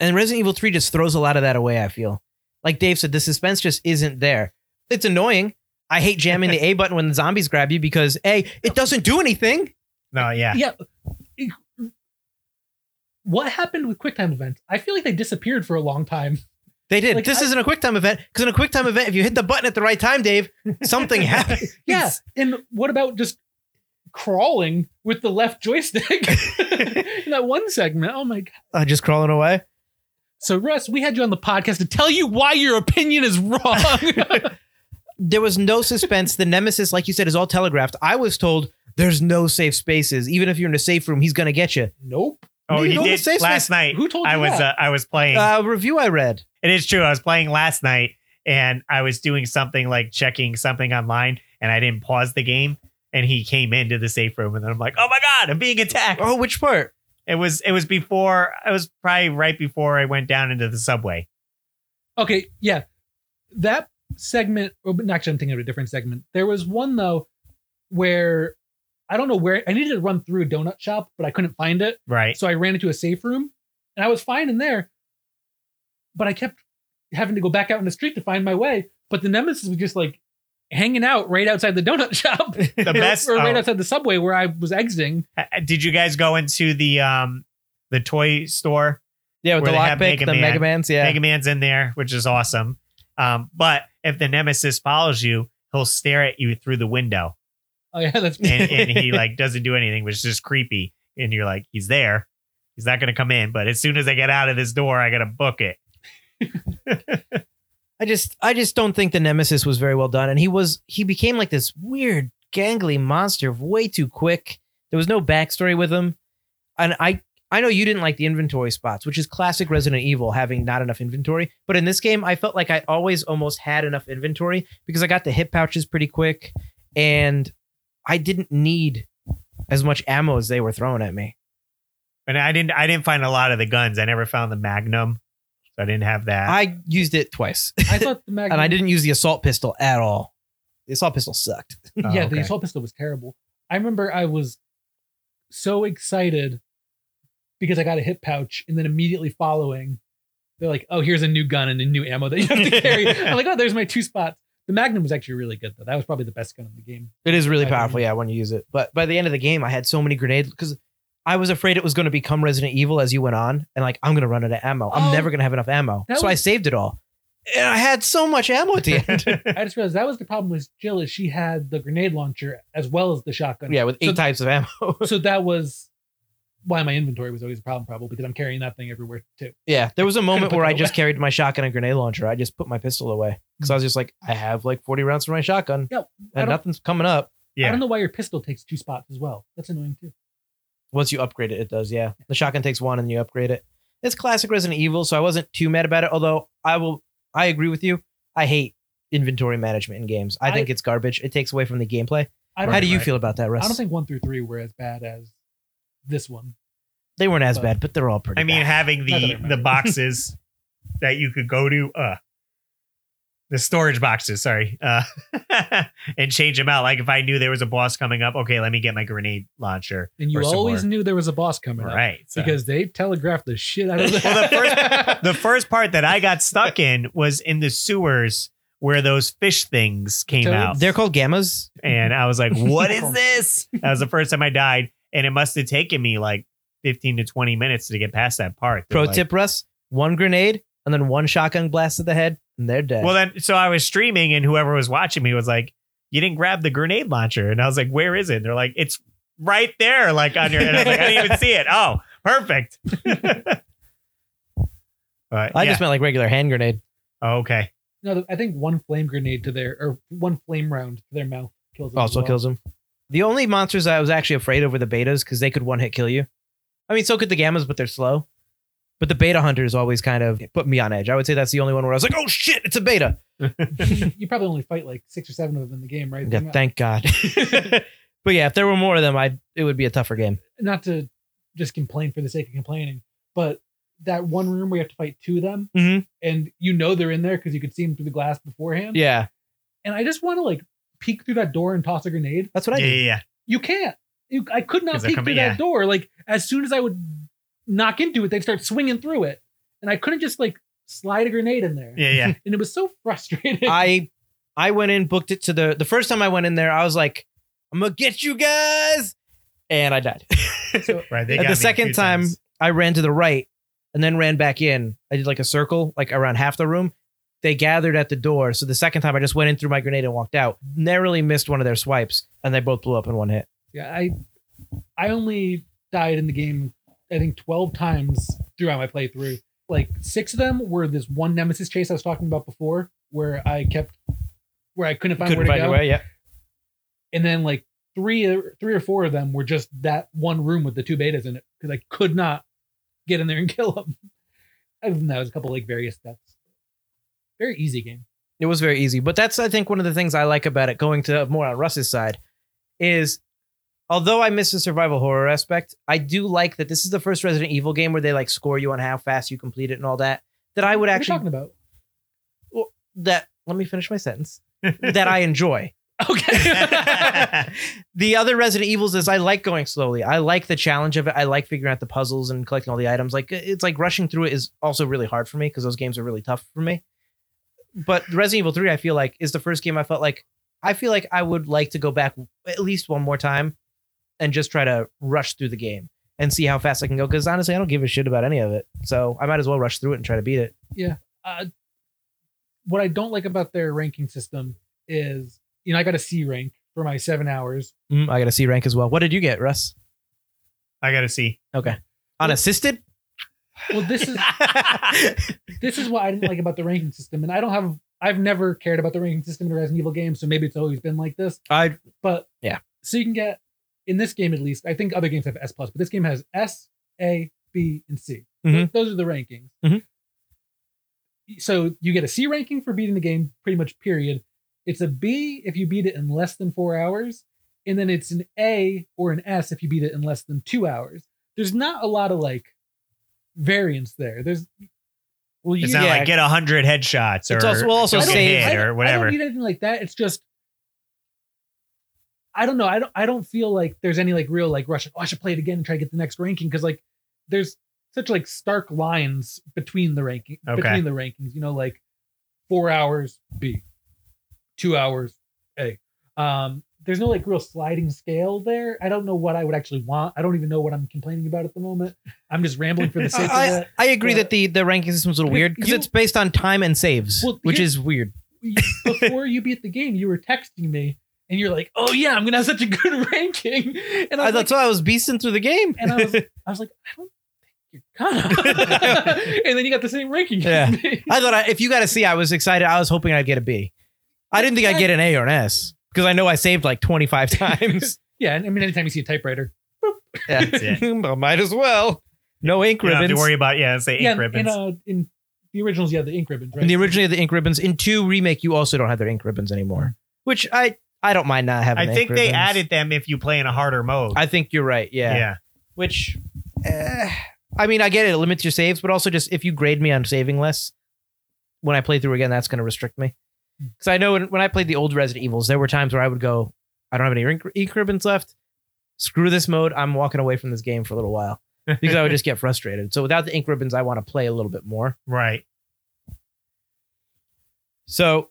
And Resident Evil 3 just throws a lot of that away, I feel. Like Dave said, the suspense just isn't there. It's annoying. I hate jamming (laughs) the A button when the zombies grab you because A, it doesn't do anything.
(laughs) No,
(laughs)
yeah.
yeah. What happened with QuickTime events? I feel like they disappeared for a
(laughs)
long time.
They did.
Like,
this
I-
isn't a quick time event. Because in a quick time event, if you hit the button at the right time, Dave, something (laughs) happens.
Yeah. (laughs) And what about just crawling with the
(laughs)
left joystick (laughs) in that one segment? Oh my God.
Uh, just crawling away.
So, Russ, we had you on the podcast to tell you why your opinion
(laughs)
is wrong. (laughs)
There was no suspense. the nemesis, like you said, is all telegraphed. I was told there's no safe spaces. Even if you're in a safe room, he's going to get you.
nope.
Oh,
You
he
know the
did
safe
last
space-
night.
Who told you
I was
that?
uh, I was playing.
Uh, review I read.
it is true. I was playing last night, and I was doing something like checking something online, and I didn't pause the game, and he came into the safe room, and then I'm like, oh my god, I'm being attacked.
Oh, which part?
It was it was before it was probably right before I went down into the subway.
Okay, yeah. That segment, or but actually, I'm thinking of a different segment. There was one though where I don't know where I needed to run through a donut shop, but I couldn't find it.
Right.
So I ran into a safe room and I was fine in there, but I kept having to go back out in the street to find my way. But the nemesis was just like hanging out right outside the donut (laughs) shop.
The best.
or, right
oh,
outside the subway where I was exiting.
uh, did you guys go into the um the toy store?
Yeah, with
Where
the
they have
lockpick,
Mega
the
Man.
Mega Man's. Yeah.
Mega Man's in there, which is awesome. Um, but if the nemesis follows you, he'll stare at you through the window,
Oh yeah, that's
and, and
(laughs)
he like doesn't do anything, which is just creepy. And you're like, he's there. He's not going to come in. But as soon as I get out of this door, I got to book it.
I just I just don't think the Nemesis was very well done, and he was he became like this weird gangly monster way too quick. There was no backstory with him, and I I know you didn't like the inventory spots, which is classic Resident Evil having not enough inventory. But in this game, I felt like I always almost had enough inventory because I got the hip pouches pretty quick, and I didn't need as much ammo as they were throwing at me.
And I didn't I didn't find a lot of the guns. I never found the Magnum. So I didn't have that.
I used it twice, (laughs)
I
(laughs)
thought the Magnum.
and I didn't use the assault pistol at all. The assault pistol sucked.
Oh,
yeah,
okay.
the assault pistol was terrible. I remember I was so excited because I got a hip pouch, and then immediately following, they're like, "Oh, here's a new gun and a new ammo that you
(laughs)
have to carry." I'm like, "Oh, there's my two spots." The Magnum was actually really good though. That was probably the best gun in
(laughs)
the game.
It is really
I don't
powerful, yeah, when you use it. But by the end of the game, I had so many grenades because I was afraid it was going to become Resident Evil as you went on, and like I'm going to run out of ammo. I'm
Oh.
never going to have enough ammo,
That
so I
was-
saved it all. And I had so much ammo at the
(laughs)
end.
I just realized that was the problem with Jill is she had the grenade launcher as well as the shotgun.
yeah, with eight
So-
types of ammo. (laughs)
So that was why my inventory was always a problem, probably because I'm carrying that thing everywhere too.
yeah, there was a moment
put
where
that
I just carried my shotgun and grenade launcher. I just put my pistol away because I was just like, I have like 40 rounds for my shotgun,
Yeah, I
and
don't-
nothing's coming up.
I
yeah.
don't know why your pistol takes two spots as well. That's annoying too.
Once you upgrade it, it does. Yeah, the shotgun takes one, and you upgrade it. It's classic Resident Evil, so I wasn't too mad about it. Although I will, I agree with you. I hate inventory management in games. I,
I-
think it's garbage. It takes away from the gameplay.
I don't
How do you
right.
feel about that, Russ?
I don't think one through three were as bad as this one.
they weren't as
but-
bad, but they're all pretty.
I mean,
bad.
having
Not that I
the the
remember.
boxes that you could go to, uh, the storage boxes, sorry, uh, (laughs) and change them out. Like if I knew there was a boss coming up, okay, let me get my grenade launcher.
And you
Or some
always
more.
knew there was a boss coming up
Right. so-
because they telegraphed the shit out
(laughs)
of the,
Well, (laughs) the first- the first part that I got stuck in was in the sewers where those fish things came
toads?
out.
they're called gammas.
and I was like, "What
(laughs)
is this?" That was the first time I died, and it must have taken me like fifteen to twenty minutes to get past that part. They're
Pro
like-
tip, Russ: one grenade and then one shotgun blast to the head, and they're dead.
Well, then, so I was streaming, and whoever was watching me was like, "You didn't grab the grenade launcher," and I was like, "Where is it?" And they're like, "It's right there, like on your." And I was like, "I didn't even see it." Oh, perfect. (laughs) but
I
yeah.
just meant like regular hand grenade.
Oh, okay.
(laughs) no, I think one flame grenade to their or one flame round to their mouth kills. them as
also
well.
Oh, kills him. The only monsters I was actually afraid of were the betas because they could one hit kill you. I mean, so could the gammas, but they're slow. But the beta hunters always kind of put me on edge. I would say that's the only one where I was like, oh shit, it's a beta.
(laughs) you probably only fight like six or seven of them in the game, right?
Yeah,
They're not-
thank God. (laughs) but yeah, if there were more of them, I it would be a tougher game.
not to just complain for the sake of complaining, but that one room where you have to fight two of them,
Mhm.
and you know they're in there because you could see them through the glass beforehand.
Yeah,
And I just want to like peek through that door and toss a grenade.
that's what I
yeah,
did.
yeah, yeah.
You can't. You, I could not
'Cause they're
peek
coming-
through
yeah.
that door. Like as soon as I would knock into it, they'd start swinging through it, and I couldn't just like slide a grenade in there.
Yeah, yeah.
And it was so (laughs) frustrating.
I I went in, booked it to the the first time I went in there, I was like, I'm gonna get you guys, and I died.
Right. They
At
got
the
me
second
two
time,
times.
I ran to the right and then ran back in. I did like a circle, like around half the room. They gathered at the door. So the second time, I just went in through my grenade and walked out. Narrowly missed one of their swipes, and they both blew up in one hit.
Yeah, I I only died in the game I think 12 times throughout my playthrough. Like six of them were this one nemesis chase I was talking about before where I kept where I couldn't find
Couldn't find
where to
your
go.
way. Yeah,
And then like three or three or four of them were just that one room with the two betas in it cuz I could not get in there and (laughs) kill them. Other than that, it was a couple like various steps. Very easy game.
it was very easy. But that's I think one of the things I like about it. Going to more on Russ's side is, although I miss the survival horror aspect, I do like that this is the first Resident Evil game where they like score you on how fast you complete it and all that. That I would
What are you
actually
talking about? (laughs)
that let me finish my
(laughs)
sentence that I enjoy.
Okay.
(laughs) the other Resident Evils is I like going slowly. I like the challenge of it. I like figuring out the puzzles and collecting all the items. Like it's like rushing through it is also really hard for me because those games are really tough for me. But Resident Evil 3, I feel like, is the first game I felt like I feel like I would like to go back at least one more time and just try to rush through the game and see how fast I can go. Because honestly, I don't give a shit about any of it. So I might as well rush through it and try to beat it.
uh, what I don't like about their ranking system is, you know, I got a C rank for my seven hours.
Mm, I got a C rank as well. What did you get, Russ?
I gotta see.
Unassisted? (laughs)
Well, this is this is what I didn't like about the ranking system, and I don't have I've never cared about the ranking system in a Resident Evil game, so maybe it's always been like this.
I
But
Yeah.
so you can get in this game at least. I think other games have S plus, but this game has S, A, B, and C. Th-
Mhm.
Those are the rankings.
Mhm.
So you get a C ranking for beating the game, pretty much. Period. It's a B if you beat it in less than four hours, and then it's an A or an S if you beat it in less than two hours. There's not a lot of like variance there. There's
well,
It's
you-
not
yeah,
like get hundred headshots or
It's also- well, also
don't get
save-
hit
I don't-
or whatever.
I don't need anything like that. It's just I don't know. I don't I don't feel like there's any like real like rush. Oh, I should play it again and try to get the next ranking because like there's such like stark lines between the ranking
Okay.
between the rankings. You know, like four hours B, two hours A. Um, there's no like real sliding scale there. I don't know what I would actually want. I don't even know what I'm complaining about at the moment. I'm just rambling
(laughs)
for the sake of
I,
it.
I agree
but-
that the the ranking system's a little
But
weird because
you-
it's based on time and saves,
Well,
which
here-
is weird.
(laughs) before you beat the game, you were texting me and you're like, "Oh yeah, I'm gonna have such a good (laughs) ranking," and I
I,
was like,
that's why I was beasting through the game.
and I was, I was like, I don't think
(laughs)
you're gonna. and then you got the same ranking.
Yeah.
as me.
(laughs) I thought I, if you got a C, I was excited. I was hoping I'd get a B. I didn't think I'd get an A or an S because I know I saved like
(laughs)
25 times.
(laughs) yeah, and I mean, anytime you see a typewriter,
yeah. (laughs)
That's
Well, might as well. No ink
You don't have to
ribbons.
worry about yeah, say ink
yeah,
ribbons.
in uh, in the originals, you have the ink ribbons, right?
In the originally the ink ribbons. In two remake, you also don't have their ink ribbons anymore, which I I don't mind not having.
I
ink
think they
ribbons.
added them if you play in a harder mode.
I think you're right. Yeah.
yeah.
Which, eh, I mean, I get it. It limits your saves, but also just if you grade me on saving less, when I play through again, that's going to restrict me. Because I know when, when I played the old Resident Evils, there were times where I would go, I don't have any ink, ink ribbons left. Screw this mode. I'm walking away from this game for a little while because I would just get frustrated. So without the ink ribbons, I want to play a little bit more.
Right.
So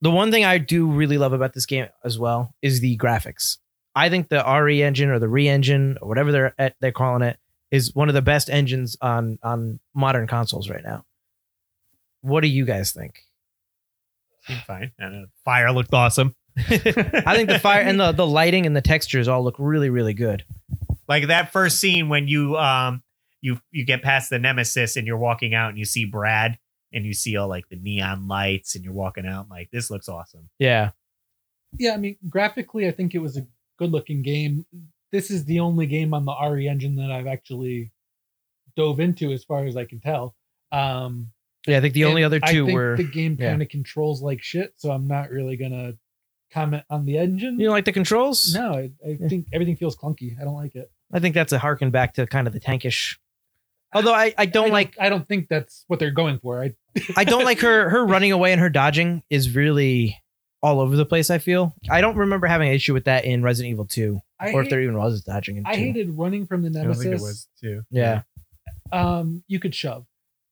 the one thing I do really love about this game as well is the graphics. I think the RE engine or the Re engine or whatever they're eh, they're calling it is one of the best engines on on modern consoles right now. What do you guys think?
Seemed fine. I don't know. Fire looked awesome.
(laughs) I think the
(laughs)
fire and the, the lighting and the textures all look really really good.
(laughs) like that first scene when you um you you get past the nemesis and you're walking out and you see Brad and you see all like the neon lights and you're walking out like this looks awesome.
Yeah.
yeah, I mean, graphically, I think it was a good looking game. This is the only game on the RE engine that I've actually dove into, as far as I can tell. Um,
Yeah, I think the only
And
other two
I think
were
the game
yeah.
kind of controls like shit, so I'm not really gonna comment on the engine.
You don't like the controls?
No, I, I think everything feels clunky. I don't like it.
I think that's a harken back to kind of the tankish. Although I, I
I
don't like
I don't think that's what they're going for. I
I don't like her her running away and her dodging is really all over the place. I feel I don't remember having an issue with that in Resident Evil Two,
I,
or if
hate-
there even was dodging in
I
Two.
hated running from the nemesis.
too.
yeah,
Um, you could shove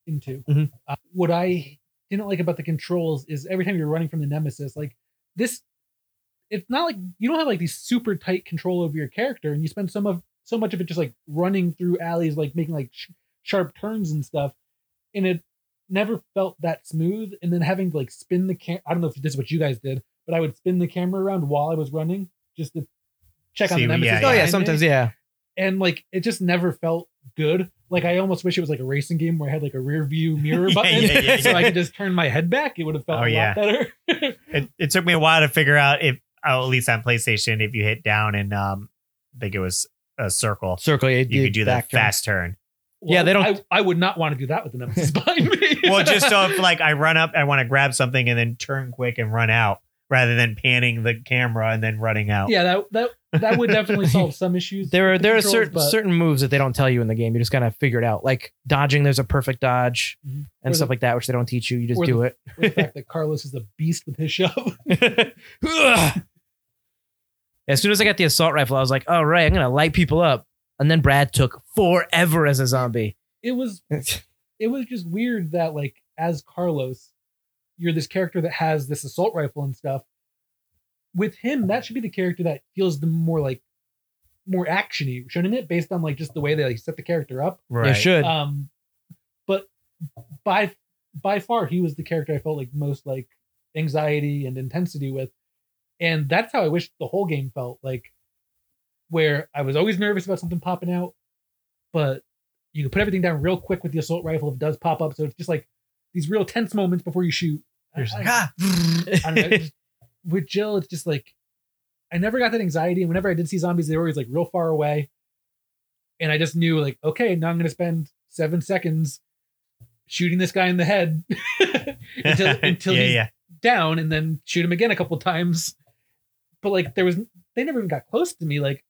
into.
Mm-hmm.
Mhm.
Uh, what I didn't like about the controls is every time you're running from the nemesis, like this, it's not like you don't have like these super tight control over your character, and you spend some of so much of it just like running through alleys, like making like sh- sharp turns and stuff, and it never felt that smooth. And then having to like spin the camera, I don't know if this is what you guys did, but I would spin the camera around while I was running just to check on
See,
the nemesis.
yeah,
Oh yeah,
behind me
sometimes yeah.
and like it just never felt good. Like I almost wish it was like a racing game where I had like a
(laughs)
rear view mirror
Yeah,
button
yeah, yeah,
(laughs) so
yeah.
I could just turn my head back. It would have felt
Oh,
a lot
yeah. (laughs)
better. (laughs)
It, it took me a while to figure out if oh, at least on PlayStation if you hit down and um I think it was a circle
Circle, yeah,
you could do that
back turn.
fast turn.
Yeah, they don't-
I, I would not want to do that with
(laughs)
the nemesis behind me.
well,
(laughs)
just um, so if like I run up, I want to grab something and then turn quick and run out rather than panning the camera and then running out.
yeah, that that that
(laughs)
would definitely solve some issues.
There are
with the
there are
controls,
certain
but-
certain moves that they don't tell you in the game. You just kind of figure it out. Like dodging, there's a perfect dodge
Mhm.
and
Or
stuff
the-
like that, which they don't teach you. You just
or
do
with the fact that Carlos is a beast with his shove. (laughs)
it. (laughs) Ugh. as soon as I got the assault rifle, I was like, "All right, I'm gonna light people up." And then Brad took forever as a
(laughs)
zombie.
It was it was just weird that like as Carlos, you're this character that has this assault rifle and stuff. With him, that should be the character that feels the more like more actiony, shouldn't it? Based on like just the way they like set the character up.
They
right.
should.
Um, but by by far, he was the character I felt like most like anxiety and intensity with, and that's how I wish the whole game felt like, where I was always nervous about something popping out, but you can put everything down real quick with the assault rifle if it does pop up. So it's just like these real tense moments before you shoot, I-
You're just like,
I-
ah.
I don't know. Just- With Jill, it's just like I never got that anxiety. And whenever I did see zombies, they were always like real far away. And I just knew like, okay, now I'm gonna spend seven seconds shooting this guy in the head (laughs) (laughs) until
(laughs)
until
yeah,
he's
yeah.
down and then shoot him again a couple times. But like there was they never even got close to me. Like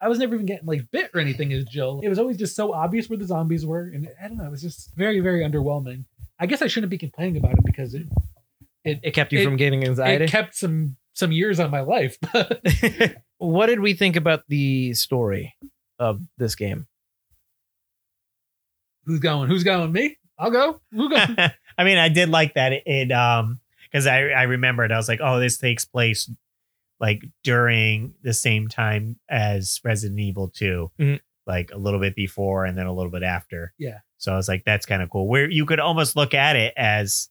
I was never even getting like bit or anything as Jill. It was always just so obvious where the zombies were. And I don't know, it was just very, very underwhelming. I guess I shouldn't be complaining about it because it
It kept you
It-
from getting anxiety.
it kept some some years on my life. (laughs) But
what did we think about the story of this game?
who's going? Who's going? Me? I'll go.
(laughs)
Who goes?
(laughs) I mean, I did like that. It, it um, because I I remembered I was like, oh, this takes place like during the same time as Resident Evil Two,
Mhm.
like a little bit before and then a little bit after.
Yeah.
So I was like, that's kind of cool. Where you could almost look at it as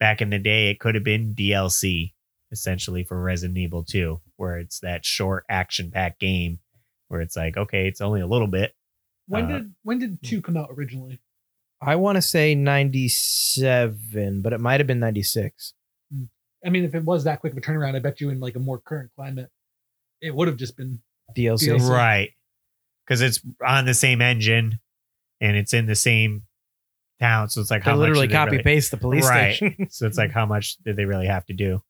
back in the day, it could have been DLC essentially for Resident Evil Two, where it's that short action packed game where it's like, okay, it's only a little bit.
when
Uh,
did when did two come out originally?
I want to say 97, but it might have been 96.
I mean, if it was that quick of a turnaround, I bet you in like a more current climate, it would have just been
DLC.
DLC.
Right. Because it's on the same engine and it's in the same town. So it's like
They
how
literally
much did they
copy paste the police
Right.
station. (laughs)
really- So it's like how much did they really have to do?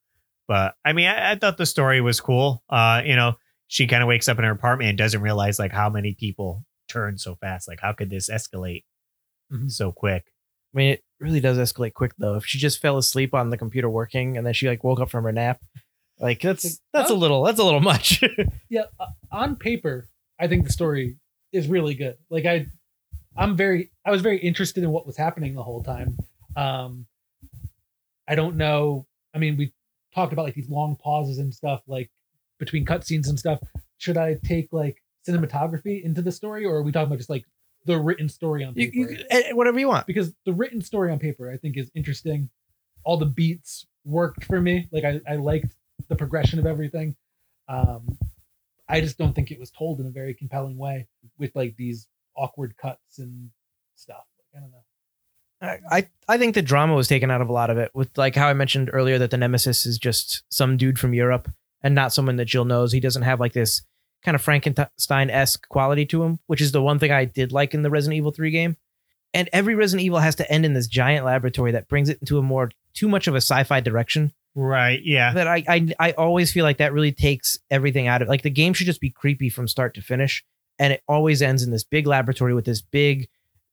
But I mean, I, I thought the story was cool. Uh, you know, she kind of wakes up in her apartment and doesn't realize like how many people turn so fast. Like how could this escalate
Mm-hmm.
Mhm.
so quick?
I mean, it really does escalate quick though. If she just fell asleep on the computer working and then she like woke up from her nap, like that's that's a little that's a little much. (laughs)
yeah. uh, On paper, I think the story is really good. Like I, I'm very I was very interested in what was happening the whole time. Um, I don't know. I mean, we talked about like these long pauses and stuff, like between cutscenes and stuff. Should I take like cinematography into the story, or are we talking about just like the written story on
you,
paper?
you, eh, whatever you want.
because the written story on paper I think is interesting. All the beats worked for me. Like I, I liked the progression of everything. Um, I just don't think it was told in a very compelling way with like these awkward cuts and stuff. I don't know.
I I- I think the drama was taken out of a lot of it with like how I mentioned earlier that the nemesis is just some dude from Europe and not someone that Jill knows. He doesn't have like this kind of Frankenstein esque quality to him, which is the one thing I did like in the Resident Evil three game. And every Resident Evil has to end in this giant laboratory that brings it into a more too much of a sci fi direction.
Right. Yeah.
(laughs) that I, I I always feel like that really takes everything out of like the game should just be creepy from start to finish, and it always ends in this big laboratory with this big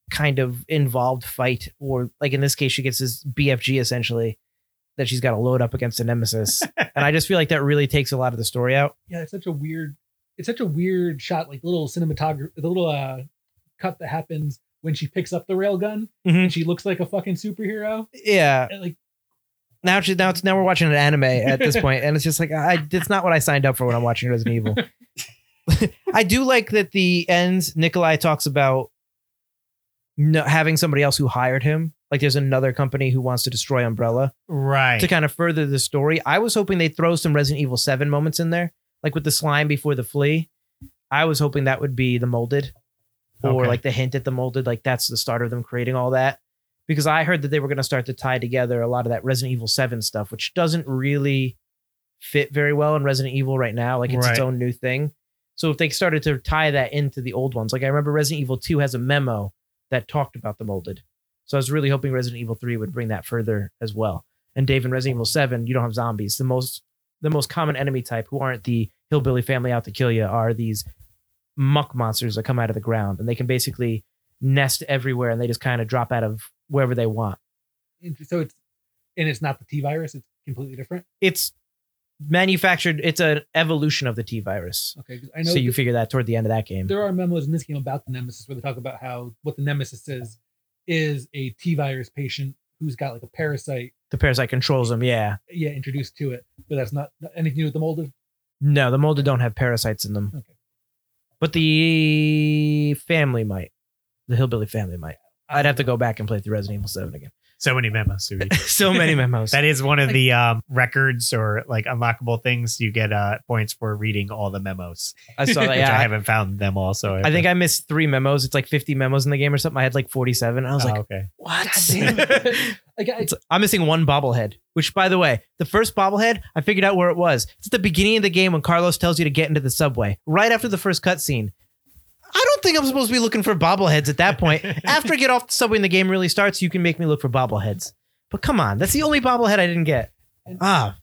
kind of involved fight, or like in this case, she gets this BFG essentially that she's got to load up against a nemesis, and I just feel like that really takes a lot of the story out.
Yeah, it's such a weird, it's such a weird shot. Like the little cinematography, the little uh, cut that happens when she picks up the railgun
Mhm.
and she looks like a fucking superhero.
Yeah,
And, like
now she, now it's, now we're watching an anime at
(laughs)
this point, and it's just like I it's not what I signed up for when I'm watching Resident Evil. (laughs) I do like that the ends Nikolai talks about no, having somebody else who hired him. Like there's another company who wants to destroy Umbrella
Right.
to kind of further the story. I was hoping they'd throw some Resident Evil 7 moments in there, like with the slime before the flea. I was hoping that would be the molded or
Okay.
like the hint at the molded, like that's the start of them creating all that. Because I heard that they were going to start to tie together a lot of that Resident Evil 7 stuff, which doesn't really fit very well in Resident Evil right now. Like it's its
Right.
own new thing. So if they started to tie that into the old ones, like I remember Resident Evil 2 has a memo that talked about the molded. So I was really hoping Resident Evil 3 would bring that further as well. And Dave in Resident Evil 7, you don't have zombies. The most the most common enemy type who aren't the hillbilly family out to kill you are these muck monsters that come out of the ground and they can basically nest everywhere and they just kind of drop out of wherever they want.
so it's and it's not the T virus. It's completely different.
It's manufactured, it's an evolution of the T virus.
Okay, 'cause I know
So
that-
you figure that toward the end of that game.
there are memos in this game about the nemesis where they talk about how what the nemesis is is a T virus patient who's got like a parasite,
The parasite controls them, yeah.
yeah, introduced to it, but that's not not anything to do with the molded.
No, the molded don't have parasites in them.
Okay.
But the family might. The hillbilly family might. I'd have to go back and play through Resident Evil 7
(laughs)
again.
so many memos. to
(laughs)
read.
so many memos.
That is one of the um, records or like unlockable things you get uh, points for reading all the memos,
I
(laughs)
saw that.
(laughs) which I
Yeah.
haven't found them all. So
I, think I missed three memos. It's like 50 memos in the game or something. I had like 47. I was
Oh,
(laughs)
like,
okay.
what? (laughs)
God Uh-huh. damn it. Like I,
It's- I'm missing one bobblehead. Which, by the way, the first bobblehead, I figured out where it was. It's at the beginning of the game when Carlos tells you to get into the subway, right after the first cutscene. I don't think I'm supposed to be looking for bobbleheads at that
(laughs)
point. after I get off the subway and the game really starts, you can make me look for bobbleheads. But come on, that's the only bobblehead I didn't get. Ah,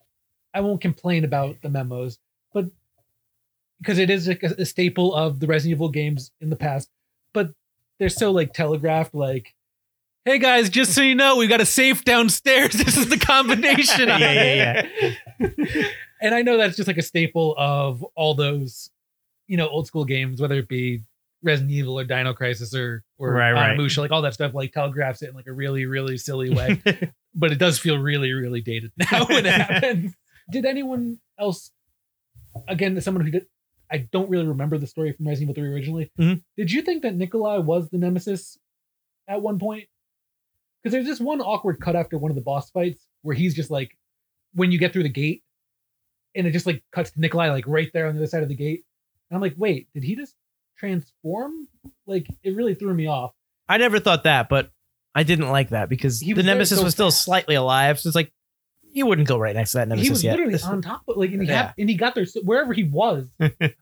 I won't complain about the memos, but because it is like a, a staple of the Resident Evil games in the past, but they're so like telegraphed, like, hey guys, just so you know, we got a safe downstairs. (laughs) This is the
(laughs)
combination.
Yeah, yeah,
yeah. and I know that's just like a staple of all those, you know, old school games, whether it be Resident Evil or Dino Crisis or or
Right, right.
Onimusha, like all that stuff, like telegraphs it in like a really, really silly way but it does feel really, really dated (laughs) now when it happens. Did anyone else, again, as someone who did, I don't really remember the story from Resident Evil 3 originally.
Mhm.
Did you think that Nikolai was the nemesis at one point? Because there's this one awkward cut after one of the boss fights where he's just like, when you get through the gate, and it just like cuts to Nikolai like right there on the other side of the gate. And I'm like, wait, did he just transform? Like, it really threw me off.
I never thought that, but I didn't like that because
He
the
was there
nemesis
so
was still
fast.
slightly alive. So it's like you wouldn't go right next to that nemesis
he was
yet.
literally
This-
on top of like and he,
Yeah.
hap- and he got there so, wherever
(laughs)
he was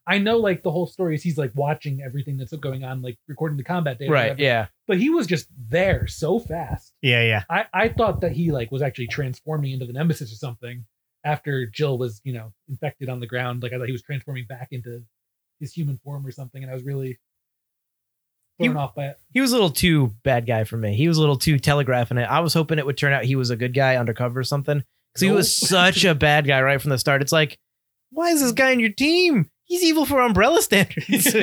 i know like the whole story is he's like watching everything that's going on like recording the combat data
right? Yeah.
but he was just there so fast
(laughs)
yeah, yeah.
i i thought that he like was actually transforming into the nemesis or something after jill was you know infected on the ground like i thought he was transforming back into his human form or something and i was really thrown off by it
He was a little too bad guy for me. He was a little too telegraphing it. I was hoping it would turn out he was a good guy undercover or something. Because he
Nope. (laughs)
was such a bad guy right from the start. It's like, why is this guy on your team? He's evil for umbrella (laughs) standards.
(laughs)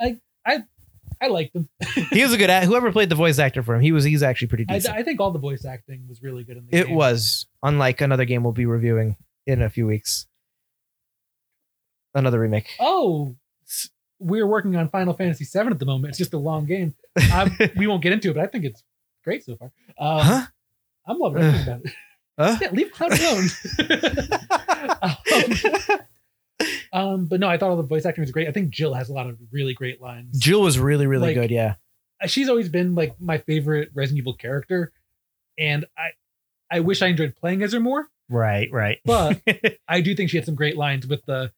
i liked him
he was a good act. Whoever played the voice actor for him, he was he's actually pretty
I,
decent.
I think all the voice acting was really good in the
it
game.
was unlike another game we'll be reviewing in a few weeks. Another remake.
oh, s- we're working on Final Fantasy VII at the moment. It's just a long game. I'm,
(laughs)
we won't get into it, but I think it's great so far. Um,
Huh? Uh,
I'm loving everything about it.
Huh?
(laughs) Yeah, leave Cloud alone.
(laughs)
um, (laughs) um, but no, I thought all the voice acting was great. I think Jill has a lot of really great lines.
Jill was really, really
Like-
good. Yeah.
She's always been like my favorite Resident Evil character, and I, I wish I enjoyed playing as her more.
Right, right. (laughs)
(laughs)
But I do think she had some great lines with the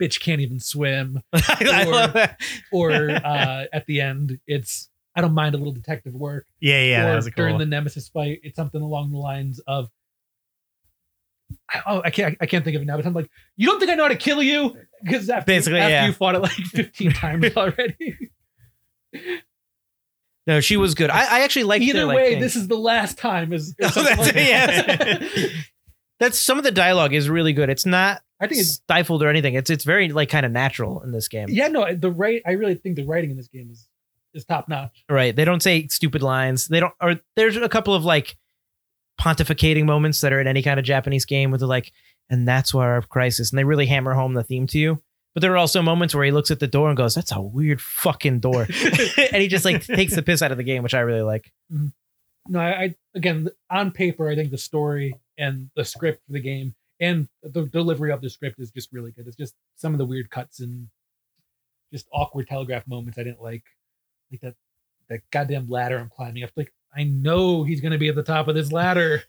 bitch can't even swim.
I love that.
or
(laughs)
uh, at the end, it's I don't mind a little detective work.
Yeah, yeah,
or
that was a cool.
during
one.
the Nemesis fight, it's something along the lines of, I, oh, I can't, I can't think of it now, but I'm like, you don't think I know how to kill you? Because after,
Basically,
after
yeah.
you fought it
(laughs)
like 15 times already.
No, she was good. I, I actually liked
Either
her, like,
way,
thing.
this is the last
(laughs)
time. Is, is
Oh,
something
that's-
like
yeah.
that.
that's some of the dialogue is really good. It's not
(laughs) I think it's
stifled or anything. It's it's very like kind of natural in this game,
yeah, no, the right. I really think the writing in this game is is top notch.
right? They don't say stupid lines. They don't. Or there's a couple of like pontificating moments that are in any kind of Japanese game where they're like, and that's why our crisis, and they really hammer home the theme to you. But there are also moments where he looks at the door and goes, "That's a weird fucking
(laughs)
door," and he just like takes the piss out of the game, which I really like.
no, I, I again on paper, I think the story and the script for the game and the delivery of the script is just really good. It's just some of the weird cuts and just awkward telegraph moments I didn't like, like that that goddamn ladder I'm climbing up. Like I know he's gonna be at the top of this ladder,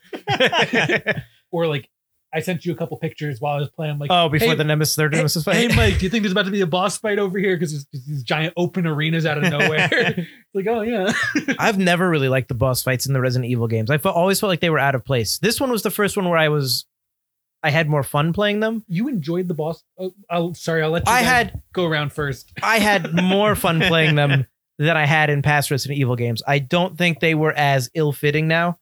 or like I sent you a couple pictures while I was playing. I'm like,
Oh, before
Hey-
the nemesis, third
hey,
nemesis fight. (laughs)
hey Mike, do you think there's about to be a boss fight over here? Because there's, there's these giant open arenas out
(laughs)
of nowhere. It's like, oh yeah,
I've never really liked the boss fights in the Resident Evil games. I felt, always felt like they were out of place. This one was the first one where I was, I had more fun playing them.
you enjoyed the boss. Oh, I'll, sorry, I'll let you.
I
guys
had,
go around first.
I had more fun playing them than I had in past Resident Evil games. I don't think they were as ill-fitting now.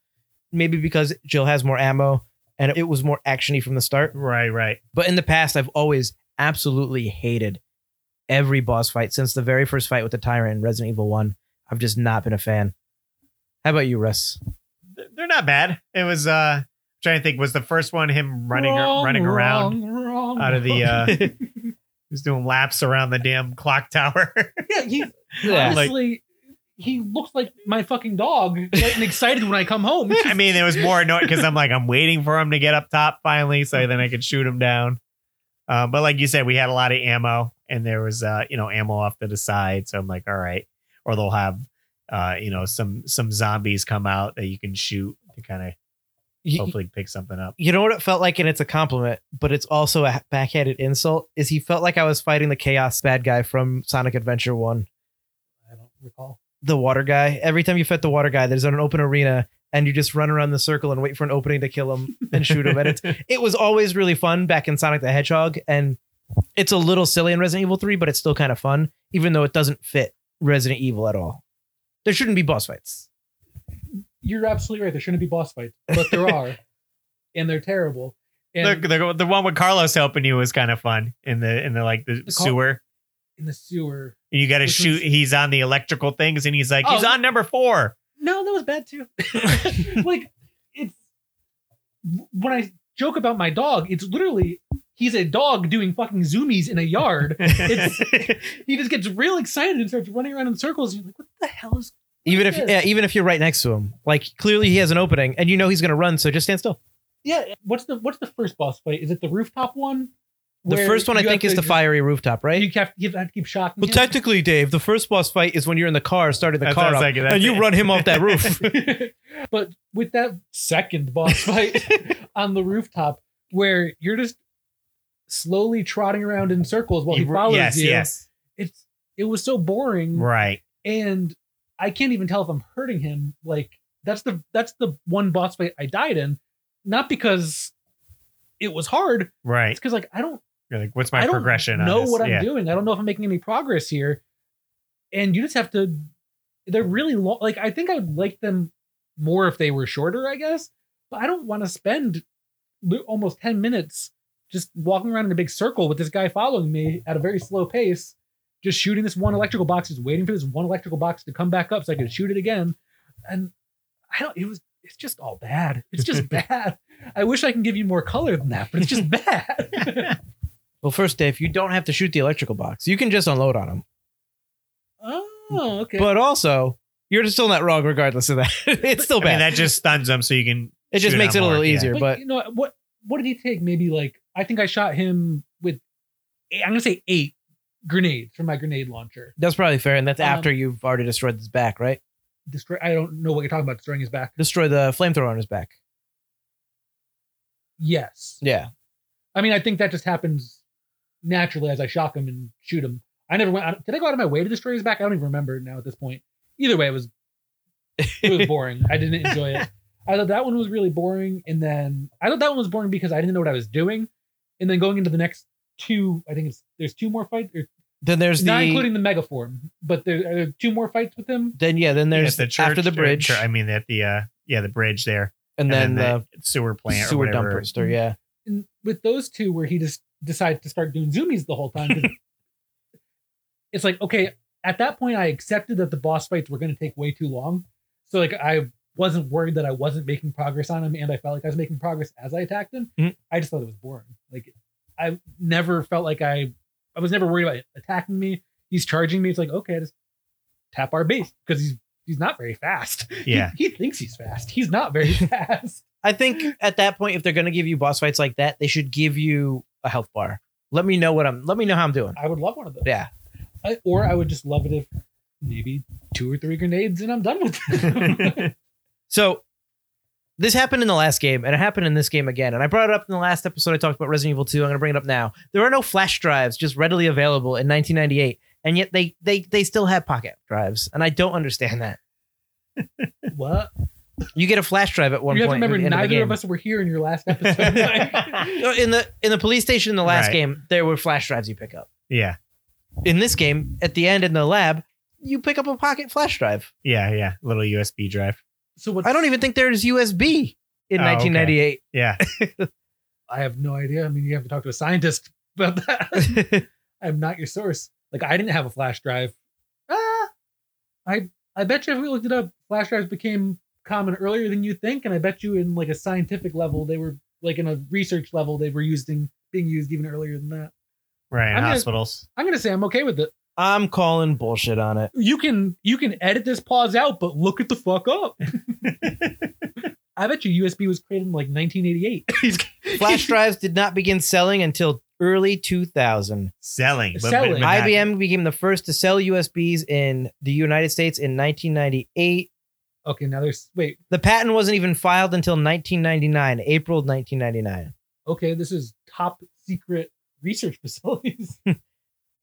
Maybe because Jill has more ammo and it was more actiony from the start.
(laughs)
(laughs) right, right.
But in the past, I've always absolutely hated every boss fight since the very first fight with the Tyrant in Resident Evil One. I've just not been a fan. How about you, Russ?
Th- They're not bad. It was uh I'm trying to think was the first one him running
Wrong,
running around
wrong, wrong,
out of the
wrong.
uh he was doing laps around the damn clock tower.
(laughs)
(laughs)
yeah, he
Yeah.
honestly he looks like my fucking dog, getting excited when I come home.
(laughs) I mean, it was more annoying because I'm like, I'm waiting for him to get up top finally, so then I could shoot him down. Uh, but like you said, we had a lot of ammo, and there was uh, you know ammo off to the side. So I'm like, all right. Or they'll have uh, you know some some zombies come out that you can shoot to kind of
You,
Hopefully, pick something up.
you know what it felt like, and it's a compliment, but it's also a backhanded insult. Is he felt like I was fighting the chaos bad guy from Sonic Adventure One,
I don't recall.
the water guy. Every time you fight the water guy, there's an open arena, and you just run around the circle and wait for an opening to kill him and shoot him. And
(laughs)
(laughs)
it's it was always really fun back in Sonic the Hedgehog, and it's a little silly in Resident Evil Three, but it's still kind of fun, even though it doesn't fit Resident Evil at all. There shouldn't be boss fights.
You're absolutely right. There shouldn't be boss fights, but there are, and they're terrible. And
Look, the, the one with Carlos helping you was kind of fun in the in the like the,
The Car-
sewer.
in the sewer.
You got to
Which
shoot.
was-
he's on the electrical things, and he's like, he's
Oh.
on number four.
No, that was bad too. (laughs) like it's when I joke about my dog, it's literally he's a dog doing fucking zoomies in a yard. He just gets real excited and starts running around in circles. You're like, what the hell is?
Even if
Yes.
yeah, even if you're right next to him, like clearly he has an opening, and you know he's gonna run, so just stand still.
Yeah, what's the what's the first boss fight? Is it the rooftop one?
The
Where
first one I
you have
think is
to
the
just-
fiery rooftop, right?
You have to, you have to keep shocking.
well,
him.
technically, Dave, the first boss fight is when you're in the car, starting the
That
car
sounds
up,
like it.
and
That's
you
it.
run him off that
(laughs)
roof.
but with that second
(laughs)
boss fight on the rooftop, where you're just slowly trotting around in circles while he
You-
follows
yes,
you,
yes,
it's it was so boring,
right.
and I can't even tell if I'm hurting him. Like that's the that's the one boss fight I died in, not because it was hard.
Right.
It's because like I don't
You're like, what's my
I don't
progression? on
know
this?
what I'm
Yeah.
doing. I don't know if I'm making any progress here. And you just have to. They're really long. Like I think I would like them more if they were shorter. I guess, but I don't want to spend li- almost ten minutes just walking around in a big circle with this guy following me at a very slow pace, just shooting this one electrical box, just waiting for this one electrical box to come back up so I can shoot it again. And I don't. It was. It's just all bad.
(laughs)
It's just bad. I wish I can give you more color than that, but it's just bad. (laughs)
well, first, Dave, you don't have to shoot the electrical box; you can just unload on him.
Oh, okay.
But also, you're still not wrong, regardless of that. (laughs) it's still
I mean,
bad.
that just stuns them, so you can.
it just
shoot
makes it
on
a little
more, yeah.
easier. But
you know what? What did he take? Maybe like I think I shot him with. eight- I'm gonna say eight grenades from my grenade launcher.
that's probably fair, and that's
Um,
after you've already destroyed his back, right?
Destroy. I don't know what you're talking about. Destroying his back.
Destroy the flamethrower on his back.
Yes.
Yeah,
I mean, I think that just happens naturally as I shock him and shoot him. I never went. Out, did I go out of my way to destroy his back? I don't even remember now at this point. Either way, it was
(laughs)
it was boring. I didn't enjoy it. I thought that one was really boring, and then I thought that one was boring because I didn't know what I was doing. And then going into the next two, I think it's there's two more fights, or
then there's
not
the
including the megaform, but there are there two more fights with him.
then yeah then there's
At the church,
after the
or-
bridge
I mean, at the uh, yeah, the bridge there,
and, then,
the sewer
the
plant,
sewer
or whatever.
dumpster. Yeah,
And with those two, where he just decides to start doing zoomies the whole time. 'cause it's like okay, at that point, I accepted that the boss fights were going to take way too long, so like I wasn't worried that I wasn't making progress on him, and I felt like I was making progress as I attacked him.
Mhm.
I just thought it was boring. Like I never felt like I, I was never worried about it attacking me. He's charging me. It's like okay, I just tap RB because he's he's not very fast.
(laughs) Yeah,
(laughs) He, he thinks he's fast. He's not very (laughs) fast.
I
(laughs)
think at that point, if they're gonna give you boss fights like that, they should give you a health bar. Let me know what I'm. Let me know how I'm doing.
I would love one of those.
Yeah.
I, or I would just love it if maybe two or three grenades and I'm done with it.
(laughs) So this happened in the last game, and it happened in this game again. And I brought it up in the last episode. I talked about Resident Evil 2. I'm going to bring it up now. There are no flash drives just readily available in 1998, and yet they they they still have pocket drives, and I don't understand that.
what?
You get a flash drive at one
you have to
point.
remember,
at the end of the
neither of
game.
us were here in your
(laughs)
last episode. Mike.
in the in the police station in the last
Right.
game, there were flash drives you pick up.
yeah,
In this game, at the end in the lab, you pick up a pocket flash drive.
yeah, yeah. Little USB drive.
so what?
I don't even think there's USB in
Oh, okay.
1998.
Yeah,
I have no idea. I mean, you have to talk to a scientist
(laughs)
about that. I'm not your source. Like I didn't have a flash drive. Ah, I I bet you if we looked it up, flash drives became common earlier than you think, and I bet you in like a scientific level, they were like in a research level, they were used in being used even earlier than that.
right. in
I'm gonna-
hospitals.
I'm gonna say I'm okay with it.
(laughs) I'm calling bullshit on it.
You can you can edit this pause out, but look at the
(laughs)
fuck up. I bet you USB was created in like 1988.
(laughs) Flash drives did not begin selling until early 2000.
Selling, but- but-
Selling.
but not-
IBM became the first to sell USBs in the United States in 1998.
(laughs) Okay, now there's wait.
The patent wasn't even filed until 1999, April 1999.
Okay, this is top secret research (laughs) facilities.
The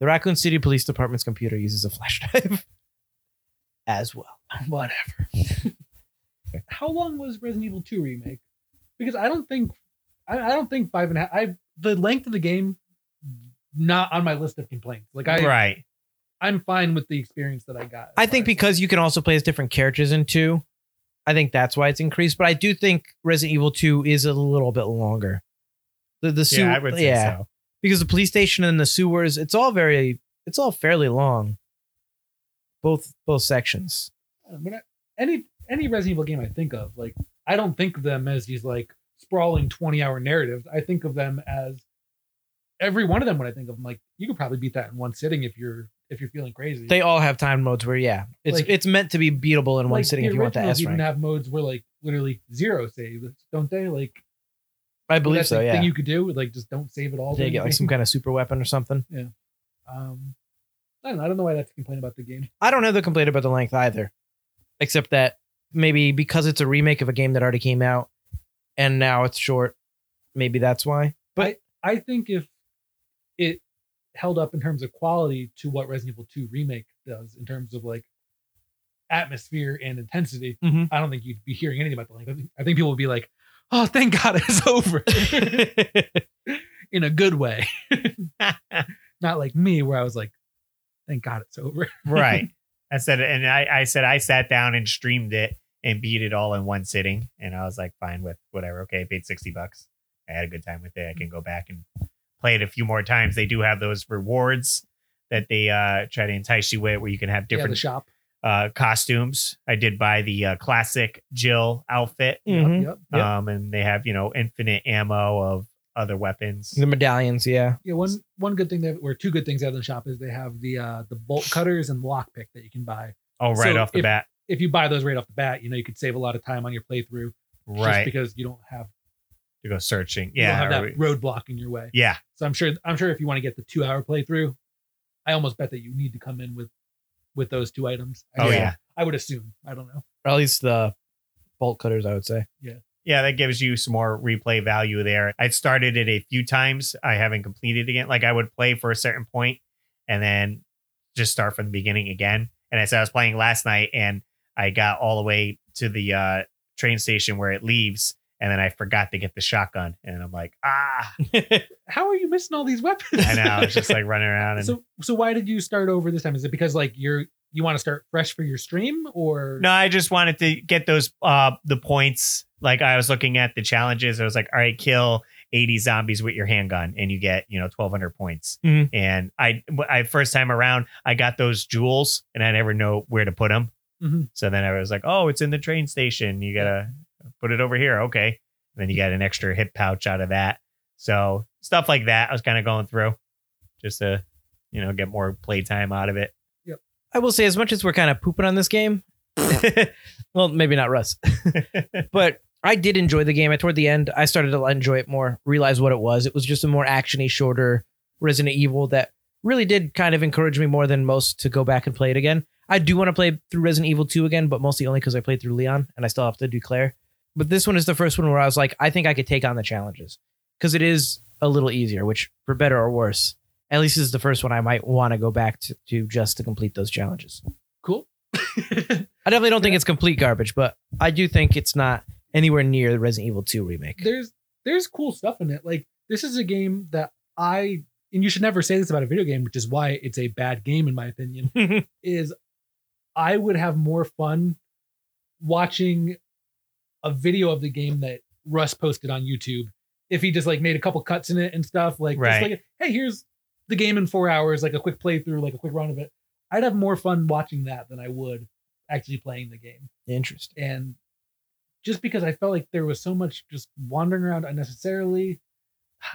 Raccoon City Police Department's computer uses a flash (laughs) drive as well. (laughs)
Whatever. How long was Resident Evil 2 remake? Because I don't think I, I don't think five and a half I the length of the game not on my list of complaints. Like I
right.
I'm fine with the experience that I got.
I think because you can also play as different characters in 2, I think that's why it's increased, but I do think Resident Evil 2 is a little bit longer. The the sewer,
yeah, I would say
yeah,
so.
because the police station and the sewers, it's all very it's all fairly long. Both both sections.
when I, any any Resident Evil game I think of, like I don't think of them as these like sprawling 20 hour narratives. I think of them as every one of them when I think of them, like you could probably beat that in one sitting if you're if you're feeling crazy.
They all have time modes where yeah, it's
Like-
it's meant to be beatable in one
Like,
sitting
the
if you want the
originals
S
even
rank.
have modes where like literally zero saves, don't they? Like
I believe
that's
so,
the
yeah.
thing you could do, like just don't save it all.
they
during
get
the
like some
game.
kind of super weapon or something.
Um, I don't know. I don't know why that's a complaint about the game.
I don't have the complaint about the length either, except that maybe because it's a remake of a game that already came out and now it's short, maybe that's why.
I think if it held up in terms of quality to what Resident Evil 2 remake does in terms of like atmosphere and intensity,
Mhm.
I don't think you'd be hearing anything about the length. I think, I think people would be like, "Oh, thank God (laughs) it's over," in a good way. Not like me, where I was like, "Thank God it's over." (laughs)
Right. I said, and I, I said, I sat down and streamed it and beat it all in one sitting. And I was like, fine with whatever. Okay. I paid 60 bucks. I had a good time with it. I can go back and play it a few more times. They do have those rewards that they uh, try to entice you with where you can have
Yeah, the
different
shop.
uh, costumes. I did buy the uh, classic Jill outfit.
Mhm.
Mm-hmm. Yep.
Yep.
Um, and they have, you know, infinite ammo of other weapons.
The medallions, yeah.
Yeah, one one good thing they have, or two good things they have in the shop is they have the uh the bolt cutters and lockpick that you can buy.
Oh, right
So
off the
if-
bat.
If you buy those right off the bat, you know you could save a lot of time on your playthrough just
Right.
because you don't have
to go searching.
you don't
Yeah.
have
or-
that roadblock in your way.
yeah.
So I'm sure I'm sure if you want to get the two hour playthrough, I almost bet that you need to come in with with those two items. I
Oh,
guess.
yeah.
I would assume. I don't know.
Or at least the bolt cutters, I would say.
yeah, that gives you some more replay value there. I'd started it a few times. I haven't completed again. Like I would play for a certain point and then just start from the beginning again. And as I was playing last night and I got all the way to the uh, train station where it leaves. And then I forgot to get the shotgun. And I'm like, ah,
How are you missing all
(laughs)
these weapons?
I know. I was just like running
(laughs)
around. And
so so why did you start over this time? Is it because like you're you want to start fresh for your stream or
no, I just wanted to get those, uh, the points. Like I was looking at the challenges. I was like, all right, kill 80 zombies with your handgun and you get, you know, 1200 points.
Mhm.
and I, I first time around, I got those jewels, and I never know where to put them.
Mhm.
So then I was like, "Oh, it's in the train station. You gotta put it over here." Okay, and then you got an extra hip pouch out of that. So stuff like that, I was kind of going through, just to you know get more playtime out of it.
I will say, as much as we're kind of pooping on this game, (laughs) well, maybe not Russ, (laughs) but I did enjoy the game. I toward the end, I started to enjoy it more, realize what it was. It was just a more actiony, shorter Resident Evil that really did kind of encourage me more than most to go back and play it again. I do want to play through Resident Evil 2 again, but mostly only because I played through Leon and I still have to do Claire. But this one is the first one where I was like, I think I could take on the challenges because it is a little easier, which for better or worse, at least this is the first one I might want to go back to, to just to complete those challenges.
cool? (laughs)
I definitely don't think it's complete garbage, but I do think it's not anywhere near the Resident Evil 2 remake.
there's there's cool stuff in it. Like this is a game that I and you should never say this about a video game, which is why it's a bad game in my opinion. is I would have more fun watching a video of the game that Russ posted on YouTube if he just like made a couple cuts in it and stuff. Like,
Right.
just like hey, here's the game in four hours, like a quick playthrough, like a quick run of it. I'd have more fun watching that than I would actually playing the game
Interesting.
and just because I felt like there was so much just wandering around unnecessarily.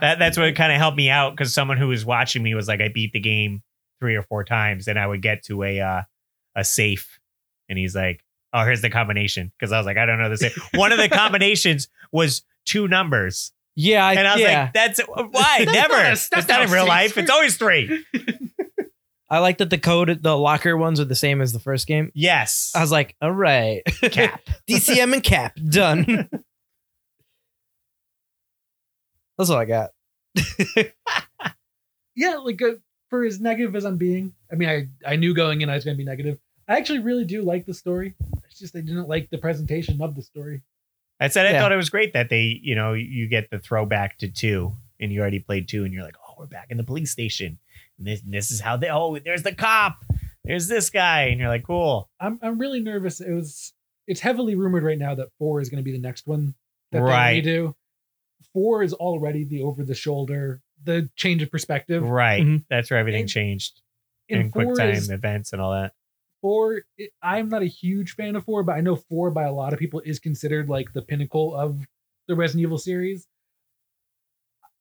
That that's what kind of helped me out because someone who was watching me was like, "I beat the game three or four times," and I would get to a uh, a safe, and he's like, "Oh, here's the combination," because I was like, "I don't know
(laughs)
the safe." One of the combinations was two numbers,
Yeah, I,
and I was
yeah. (laughs)
like, "That's why never.
not a-
that's
that's
not
not
in
a
real
safe.
life. It's always three.
I like that the code, the locker ones are the same as the first game.
Yes.
I was like, all right, (laughs)
Cap.
DCM and cap
(laughs)
done. That's all I got.
yeah, like uh, for as negative as I'm being, I mean, I I knew going in I was going to be negative. I actually really do like the story. It's just I didn't like the presentation of the story.
I said I
Yeah.
thought it was great that they, you know, you get the throwback to two, and you already played two, and you're like, oh, we're back in the police station, and this, this is how they. Oh, there's the cop, there's this guy, and you're like, cool,
I'm I'm really nervous. It was it's heavily rumored right now that four is going to be the next one that
Right.
they do. Four is already the over the shoulder, the change of perspective.
right?
Mhm.
That's where everything
And-
changed
And
in quick
four
time
is
events and all that.
four. It, I'm not a huge fan of four, but I know four by a lot of people is considered like the pinnacle of the Resident Evil series.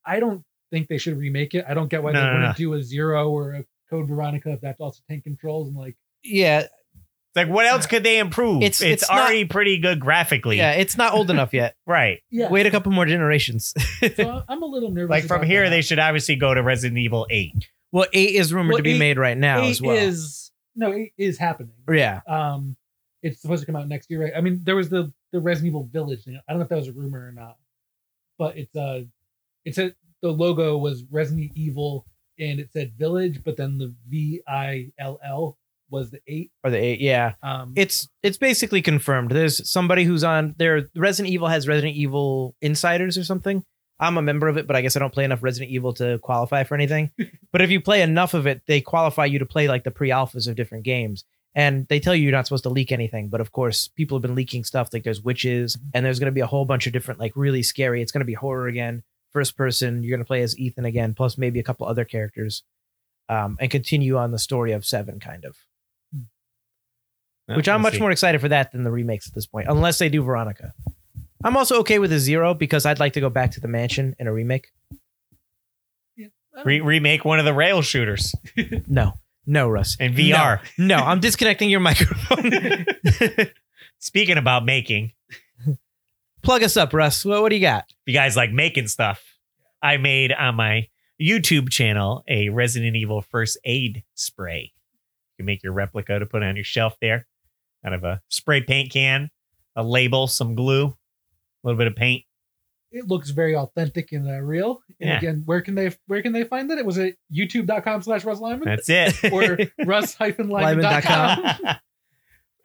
I don't think they should remake it. I don't get why
No,
they
no,
wouldn't
no.
do a zero or a Code Veronica if that's also tank controls and like
Yeah,
It's like, what else could they improve? It's
It's-
it's,
it's not-
already pretty good graphically,
yeah, it's not old enough yet.
right?
(laughs) yeah.
Wait a couple more generations. (laughs)
so I'm a little nervous.
Like from
about
here,
that.
they should obviously go to Resident Evil Eight.
Well, eight is rumored
Well,
to be
eight-
made right now
Eight
as well.
is no eight is happening.
yeah,
Um, it's supposed to come out next year, right? I mean, there was the the Resident Evil Village. thing. I don't know if that was a rumor or not, but it's uh it said the logo was Resident Evil and it said Village, but then the V I L L was the eight.
or the eight. Yeah,
Um,
it's it's basically confirmed. There's somebody who's on there. Resident Evil has Resident Evil Insiders or something. I'm a member of it, but I guess I don't play enough Resident Evil to qualify for anything. but if you play enough of it, they qualify you to play like the pre-alphas of different games. And they tell you you're not supposed to leak anything, but of course, people have been leaking stuff. Like there's witches, and there's going to be a whole bunch of different, like really scary. It's going to be horror again, first person. You're going to play as Ethan again, plus maybe a couple other characters, um, and continue on the story of Seven, kind of which I'm
We'll
much
see.
more excited for that than the remakes at this point, unless they do Veronica. I'm also okay with a zero because I'd like to go back to the mansion in a remake.
Re- remake one of the rail shooters
No, no, Russ.
in VR.
No, I'm disconnecting your microphone.
(laughs) Speaking about making,
(laughs) Plug us up, Russ. What, what do you got?
if you guys like making stuff, I made on my YouTube channel a Resident Evil first aid spray. You can make your replica to put on your shelf there out of a spray paint can, a label, some glue, a little bit of paint.
it looks very authentic and uh, real. And
Yeah.
again, where can they where can they find it? It was at youtube.com slash Russ Lyman
That's it. (laughs)
(laughs) or um, Russ hyphen Lyman.com.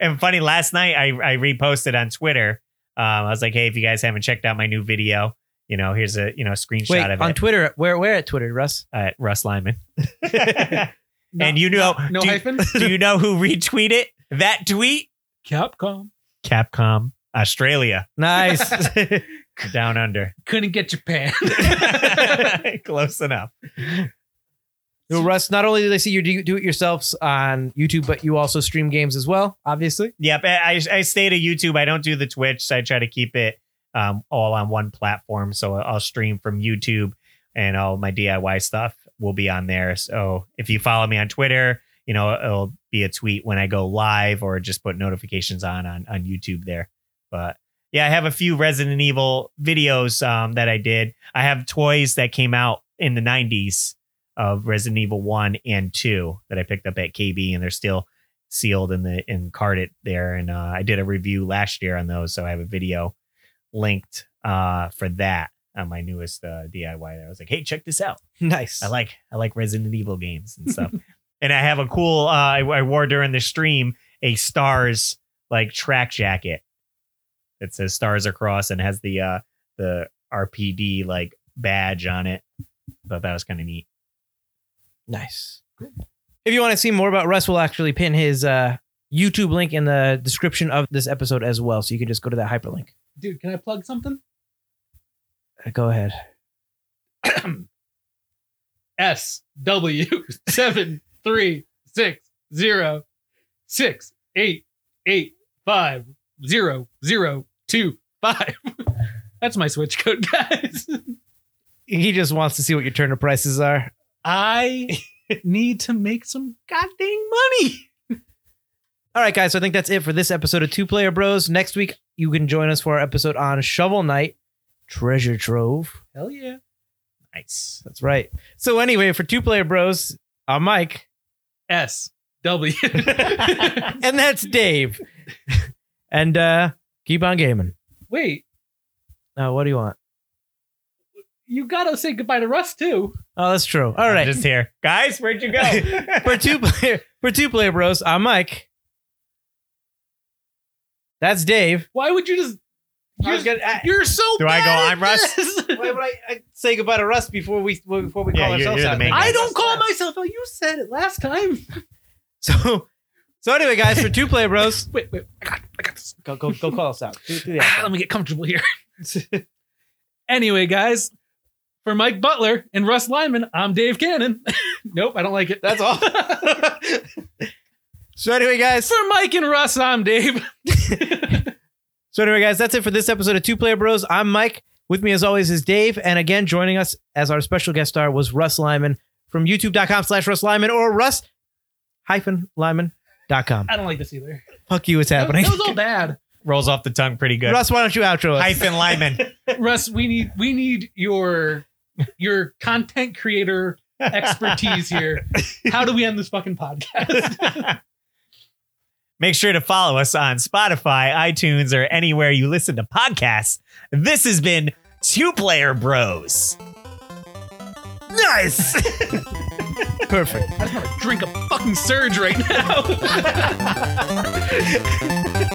and funny, last night I, I reposted on Twitter. Um, I was like, hey, if you guys haven't checked out my new video, you know, here's a you know a screenshot
Wait,
of
on
it
Twitter, where where at Twitter, Russ?
at Russ Lyman. (laughs) and you know,
(laughs) no
do,
hyphen.
do you know who retweeted it? That tweet?
Capcom
Capcom (laughs) Australia
Nice. (laughs)
down under.
couldn't get Japan.
(laughs) Close enough.
Well, Russ, not only do they see your do it yourselves on YouTube, but you also stream games as well, obviously.
Yep. I, I stay to YouTube. I don't do the Twitch. I try to keep it um, all on one platform. So I'll stream from YouTube and all my DIY stuff will be on there. So if you follow me on Twitter, you know, it'll be a tweet when I go live or just put notifications on on, on YouTube there. But yeah, I have a few Resident Evil videos um, that I did. I have toys that came out in the 90s of Resident Evil 1 and 2 that I picked up at KB and they're still sealed in the and carded there. And uh, I did a review last year on those, so I have a video linked uh, for that on my newest uh, DIY. There, I was like, hey, check this out.
Nice.
I like I like Resident Evil games and stuff. and I have a cool. Uh, I, I wore during the stream a stars like track jacket that says stars across and has the uh, the RPD like badge on it. Thought that was kind of neat.
Nice. If you want to see more about Russ, we'll actually pin his uh, YouTube link in the description of this episode as well. So you can just go to that hyperlink.
(laughs) Dude, can I plug something?
Uh, Go ahead.
S W seven three six zero six eight eight five zero zero two five. (laughs) That's my switch code, guys.
He just wants to see what your turner prices are.
(laughs)
I need to make some goddamn money.
All right, guys. So I think that's it for this episode of Two Player Bros. Next week, you can join us for our episode on Shovel Knight Treasure Trove.
Hell yeah.
Nice.
That's right. So, anyway, for Two Player Bros, I'm Mike.
S
(laughs)
W.
and that's Dave. (laughs) and uh keep on gaming.
Wait,
Now, what do you want?
you gotta say goodbye to Russ too.
Oh, that's true. All right.
just here, guys. Where'd you go?
for two player for two player bros, I'm Mike. That's Dave.
(laughs) Why would you just?
I was
You're,
gonna- I-
you're so.
Do I
bad
go,
at
"I'm Russ"? (laughs)
this.
Why would I, I say goodbye to Russ before we before we
Yeah,
call
you're-
ourselves
you're the
out?
main guy.
I don't call myself. Oh, you said it last time.
So so anyway, guys, for two player bros,
Wait, wait. I got, I got this.
(laughs) go go go call us out. Do- do the
Ah,
outro.
let me get
(laughs)
comfortable here. (laughs) anyway, guys, for Mike Butler and Russ Lyman, I'm Dave Cannon. (laughs) nope, I don't like it. (laughs)
That's all. (laughs) so anyway, guys.
for Mike and Russ, I'm Dave. (laughs)
So anyway, guys, that's it for this episode of Two Player Bros. I'm Mike. With me as always is Dave. And again, joining us as our special guest star was Russ Lyman from youtube.com slash Russ Lyman or Russ hyphen Lyman.com.
I don't like this either.
Fuck you, it's
That,
happening.
that
(laughs)
was all bad.
Rolls off the tongue pretty good.
Russ, why don't you outro us?
Hyphen Lyman.
Russ, we need we need your your content creator
(laughs)
expertise here. How do we end this fucking podcast? (laughs)
Make sure to follow us on Spotify, iTunes, or anywhere you listen to podcasts. This has been Two Player Bros. Nice.
Perfect.
(laughs) I just want to drink a fucking surge right now.